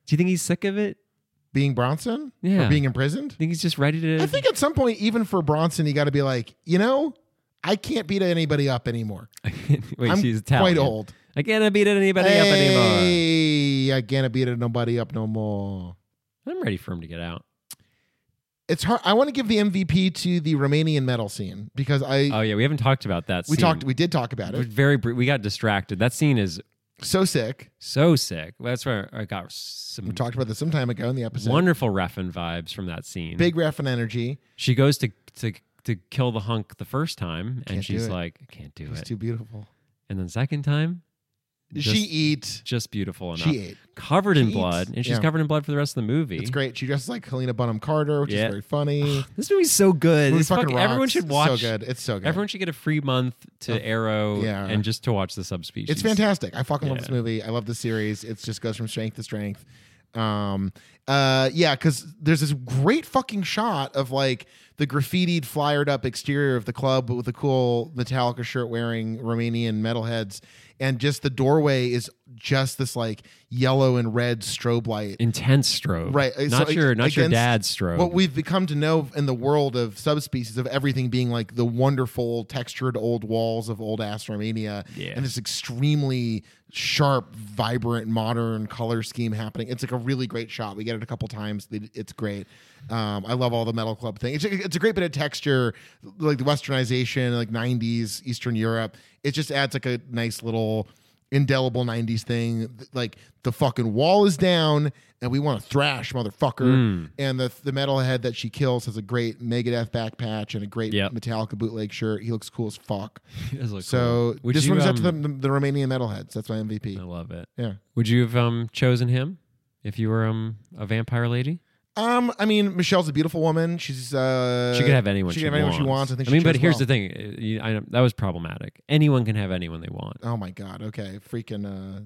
B: Do you think he's sick of it?
A: Being Bronson
B: Yeah.
A: or being imprisoned.
B: I think he's just ready to.
A: I think at some point, even for Bronson, you got to be like, you know, I can't beat anybody up anymore.
B: Wait,
A: I'm
B: she's Italian.
A: quite old.
B: I can't beat anybody up anymore.
A: Hey, I can't beat nobody up no more.
B: I'm ready for him to get out.
A: It's hard. I want to give the MVP to the Romanian metal scene because I
B: Oh yeah, we haven't talked about that.
A: we
B: scene.
A: talked we did talk about
B: We're
A: it.
B: very. br- We got distracted. That scene is
A: So sick.
B: so sick. That's where I got some
A: We talked about this some time ago in the episode.
B: wonderful Refn vibes from that scene.
A: Big ref and energy.
B: She goes to to to kill the hunk the first time,
A: Can't do
B: and she's
A: it.
B: like, I can't do
A: He's
B: it.
A: too beautiful.
B: and then second time,
A: she
B: just,
A: eat.
B: just beautiful enough.
A: She ate.
B: covered
A: she
B: in
A: eats.
B: blood, and she's
A: Yeah.
B: covered in blood for the rest of the movie.
A: It's great. She dresses like Helena Bonham Carter, which
B: Yeah.
A: is very funny.
B: This movie's so good.
A: Movie
B: It's fucking,
A: rocks.
B: everyone should
A: It's
B: watch.
A: So good. It's so good.
B: Everyone should get a free month to Arrow
A: yeah.
B: and just to watch the subspecies.
A: It's fantastic. I fucking love
B: Yeah.
A: this movie. I love this series. It just goes from strength to strength. Um, uh, yeah, because there's this great fucking shot of like the graffitied, flyered up exterior of the club with the cool Metallica shirt wearing Romanian metalheads, and just the doorway is just this like yellow and red strobe light.
B: Intense strobe,
A: Right, uh,
B: Not
A: so
B: your not your
A: against
B: dad's strobe.
A: What we've become to know in the world of subspecies of everything being like the wonderful textured old walls of old ass Romania
B: Yeah.
A: and this extremely sharp, vibrant, modern color scheme happening. It's like a really great shot. We get it a couple times. It- It's great. Um, I love all the metal club thing. It's, it's a great bit of texture, like the westernization, like 90s Eastern Europe. It just adds like a nice little indelible 90s thing Th- like the fucking wall is down and we want to thrash motherfucker and the the metalhead that she kills has a great megadeth back patch and a great
B: Yep.
A: metallica bootleg shirt he looks cool as fuck
B: It does look
A: so
B: cool. Would
A: this
B: you,
A: one's out
B: um,
A: to
B: Oh.
A: the, the, the romanian metalheads that's my mvp
B: I love it.
A: yeah
B: Would you have um, chosen him if you were um, a vampire lady?
A: um i mean michelle's a beautiful woman she's uh
B: She could have anyone.
A: she could have anyone she wants i think she
B: mean, but
A: chose
B: here's the
A: well.
B: thing: uh, you- I, that was problematic. Anyone can have anyone they want.
A: oh my god okay freaking uh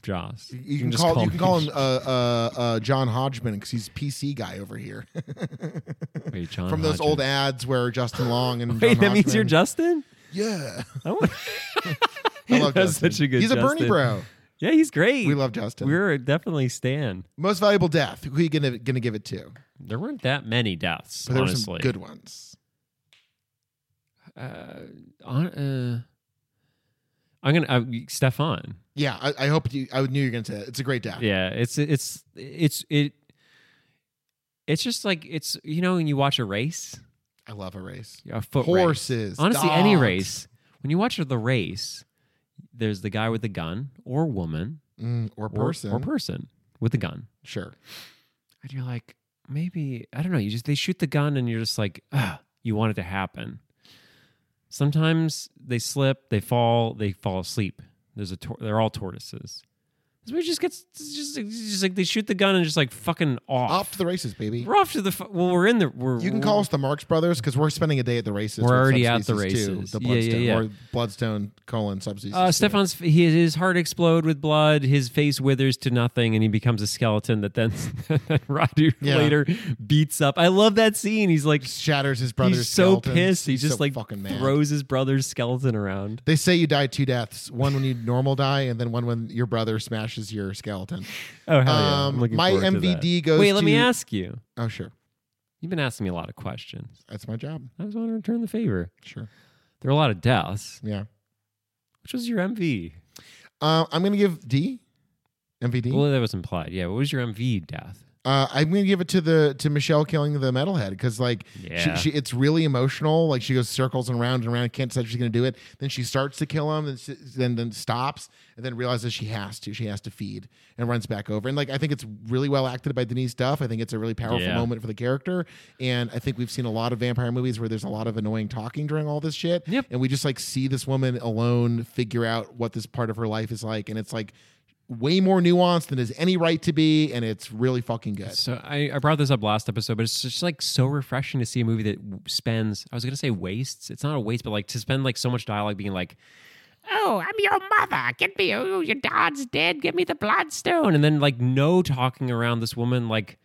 B: Joss,
A: you, can, call, you can call him uh uh uh john hodgman because he's pc guy over here
B: Wait, John
A: from those old
B: Hodgman.
A: ads where Justin Long and
B: Wait,
A: John
B: that means you're
A: Hodgman-
B: Justin.
A: Yeah,
B: I want-
A: I love
B: That's
A: Justin.
B: such a good.
A: He's a Bernie
B: Justin.
A: bro.
B: Yeah, he's great.
A: We love Justin.
B: We're definitely Stan.
A: Most valuable death. Who are you gonna gonna give it to?
B: There weren't that many deaths,
A: But there were some
B: honestly.
A: good ones.
B: Uh, on, uh, I'm gonna uh, Stefan.
A: Yeah, I, I hope you. I knew you were gonna say that. It's a great death.
B: Yeah, it's it's it's it. It's just like it's you know when you watch a race,
A: I love a race.
B: a foot race.
A: Horses.
B: Honestly, any
A: dogs.
B: race. When you watch the race, there's the guy with the gun or woman
A: Mm, or
B: or-
A: person.
B: or, person with a gun,
A: sure.
B: and you're like, maybe I don't know. You just they shoot the gun, and you're just like, ah, you want it to happen. Sometimes they slip, they fall, they fall asleep. There's a tor- they're all tortoises. This movie just gets it's just, it's just like they shoot the gun and just like fucking off.
A: Off to the races, baby.
B: We're off to the fu- well. We're in the. We're,
A: You can call us the Marx Brothers because we're spending a day at the races.
B: We're
A: with
B: already at the
A: subspecies too,
B: races.
A: the
B: Yeah, yeah,
A: Bloodstone
B: yeah.
A: or Bloodstone colon subspecies.
B: Uh,
A: too.
B: Stefan's he, his heart explode with blood. His face withers to nothing, and he becomes a skeleton that then Radu
A: Yeah.
B: later beats up. I love that scene. He's like
A: shatters his brother's.
B: he's so
A: skeletons.
B: pissed. He
A: He's
B: just
A: so
B: like
A: fucking mad.
B: throws his brother's skeleton around.
A: They say you die two deaths: one when you normal die, and then one when your brother smashes your skeleton.
B: Oh hell yeah! I'm
A: Um,
B: looking
A: my
B: forward to that.
A: MVD goes.
B: Wait, let me
A: to-
B: ask you.
A: Oh, sure.
B: You've been asking me a lot of questions.
A: That's my job.
B: I just want to return the favor.
A: Sure.
B: There were a lot of deaths.
A: Yeah.
B: Which was your MV?
A: Uh, I'm gonna give D, MVD.
B: Well, that was implied. Yeah. What was your MV death?
A: Uh, I'm gonna give it to the to Michelle killing the metalhead because like
B: Yeah.
A: she, she it's really emotional. Like she goes circles and round and round, can't decide she's gonna do it. Then she starts to kill him, then s- then then stops, and then realizes she has to. She has to feed and runs back over. And like I think it's really well acted by Denise Duff. I think it's a really powerful
B: Yeah.
A: moment for the character. And I think we've seen a lot of vampire movies where there's a lot of annoying talking during all this shit.
B: Yep.
A: And we just like see this woman alone figure out what this part of her life is like, and it's like way more nuanced than is any right to be, and it's really fucking good.
B: So I, I brought this up last episode, but it's just like so refreshing to see a movie that w- spends. I was gonna say wastes. It's not a waste, but like to spend like so much dialogue being like, "Oh, I'm your mother. Get me. Oh, your dad's dead. Give me the bloodstone." And then like no talking around this woman like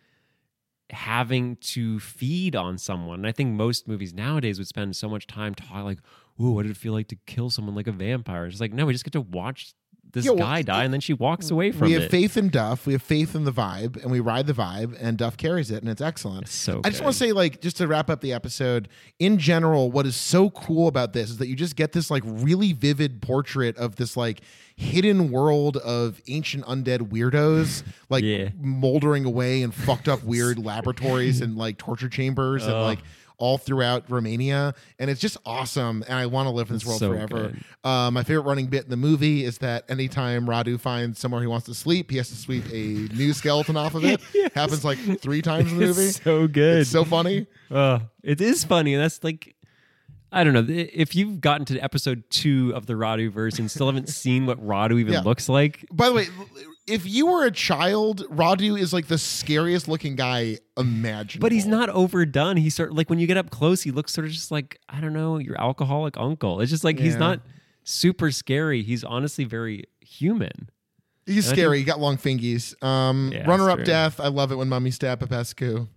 B: having to feed on someone. And I think most movies nowadays would spend so much time talking like, "Ooh, what did it feel like to kill someone like a vampire?" It's like no, we just get to watch this
A: Yeah, well,
B: guy die, and then she walks away from
A: we have
B: it.
A: faith in Duff. We have faith in the vibe, and we ride the vibe, and Duff carries it, and it's excellent.
B: It's so
A: I just
B: good.
A: want to say, like, just to wrap up the episode, in general, what is so cool about this is that you just get this, like, really vivid portrait of this, like, hidden world of ancient undead weirdos, like,
B: Yeah.
A: moldering away in fucked up, weird laboratories and, like, torture chambers and, like, all throughout Romania. And it's just awesome. And I want to live in this world
B: so
A: forever.
B: good.
A: Uh, my favorite running bit in the movie is that anytime Radu finds somewhere he wants to sleep, he has to sweep a new skeleton off of it. Happens like three times in the movie.
B: It's so good.
A: It's so funny.
B: Uh, it is funny. and That's like, I don't know. i- If you've gotten to episode two of the Radu verse and still haven't seen what Radu even
A: Yeah.
B: looks like,
A: By the way, if you were a child, Radu is like the scariest looking guy imaginable.
B: but he's not overdone. He sort like when you get up close, he looks sort of just like I don't know your alcoholic uncle. It's just like he's
A: Yeah.
B: not super scary. He's honestly very human.
A: He's
B: and I
A: scary. He got long fingies. Um,
B: Yeah,
A: runner up
B: that's true.
A: death. I love it when mummies stab Popescu.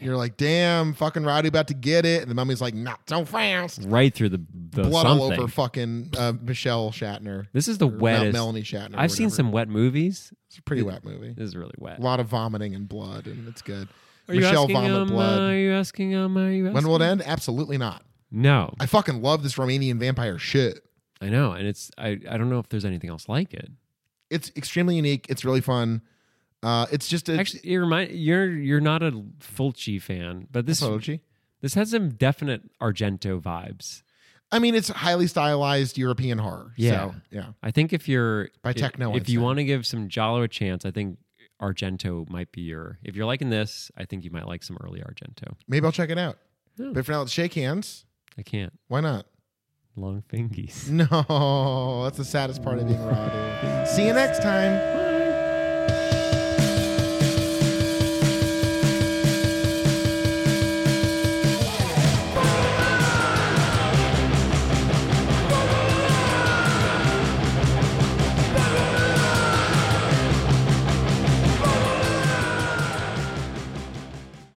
A: You're like, damn, fucking Radu about to get it. And the mummy's like, not so fast.
B: Right through the, the
A: Blood
B: Uh, something.
A: all over fucking uh, Michelle Shatner.
B: This is the
A: Or Mel-
B: wettest.
A: Melanie Shatner. or
B: I've seen
A: whatever.
B: some wet movies.
A: It's a pretty wet movie.
B: This is really wet.
A: A lot of vomiting and blood, and it's good.
B: Are you
A: Michelle
B: asking,
A: vomit
B: um,
A: blood.
B: uh, are you asking? Um, are you asking?
A: when will it end? Absolutely not.
B: No,
A: I fucking love this Romanian vampire shit.
B: I know, and it's I, I don't know if there's anything else like it.
A: It's extremely unique. It's really fun. Uh, it's just a
B: Actually, you remind you're you're not a Fulci fan, but this
A: apology.
B: this has some definite Argento vibes.
A: I mean, it's highly stylized European horror.
B: Yeah.
A: So, yeah.
B: I think if you're
A: By
B: if-
A: Techno,
B: if,
A: I'd
B: you
A: say.
B: want to give some Jalo a chance, I think Argento might be your. If you're liking this, I think you might like some early Argento.
A: Maybe I'll check it out.
B: Yeah.
A: But for now, let's shake hands.
B: I can't
A: Why not?
B: long fingies.
A: No, that's the saddest part of being Radu. See you next time.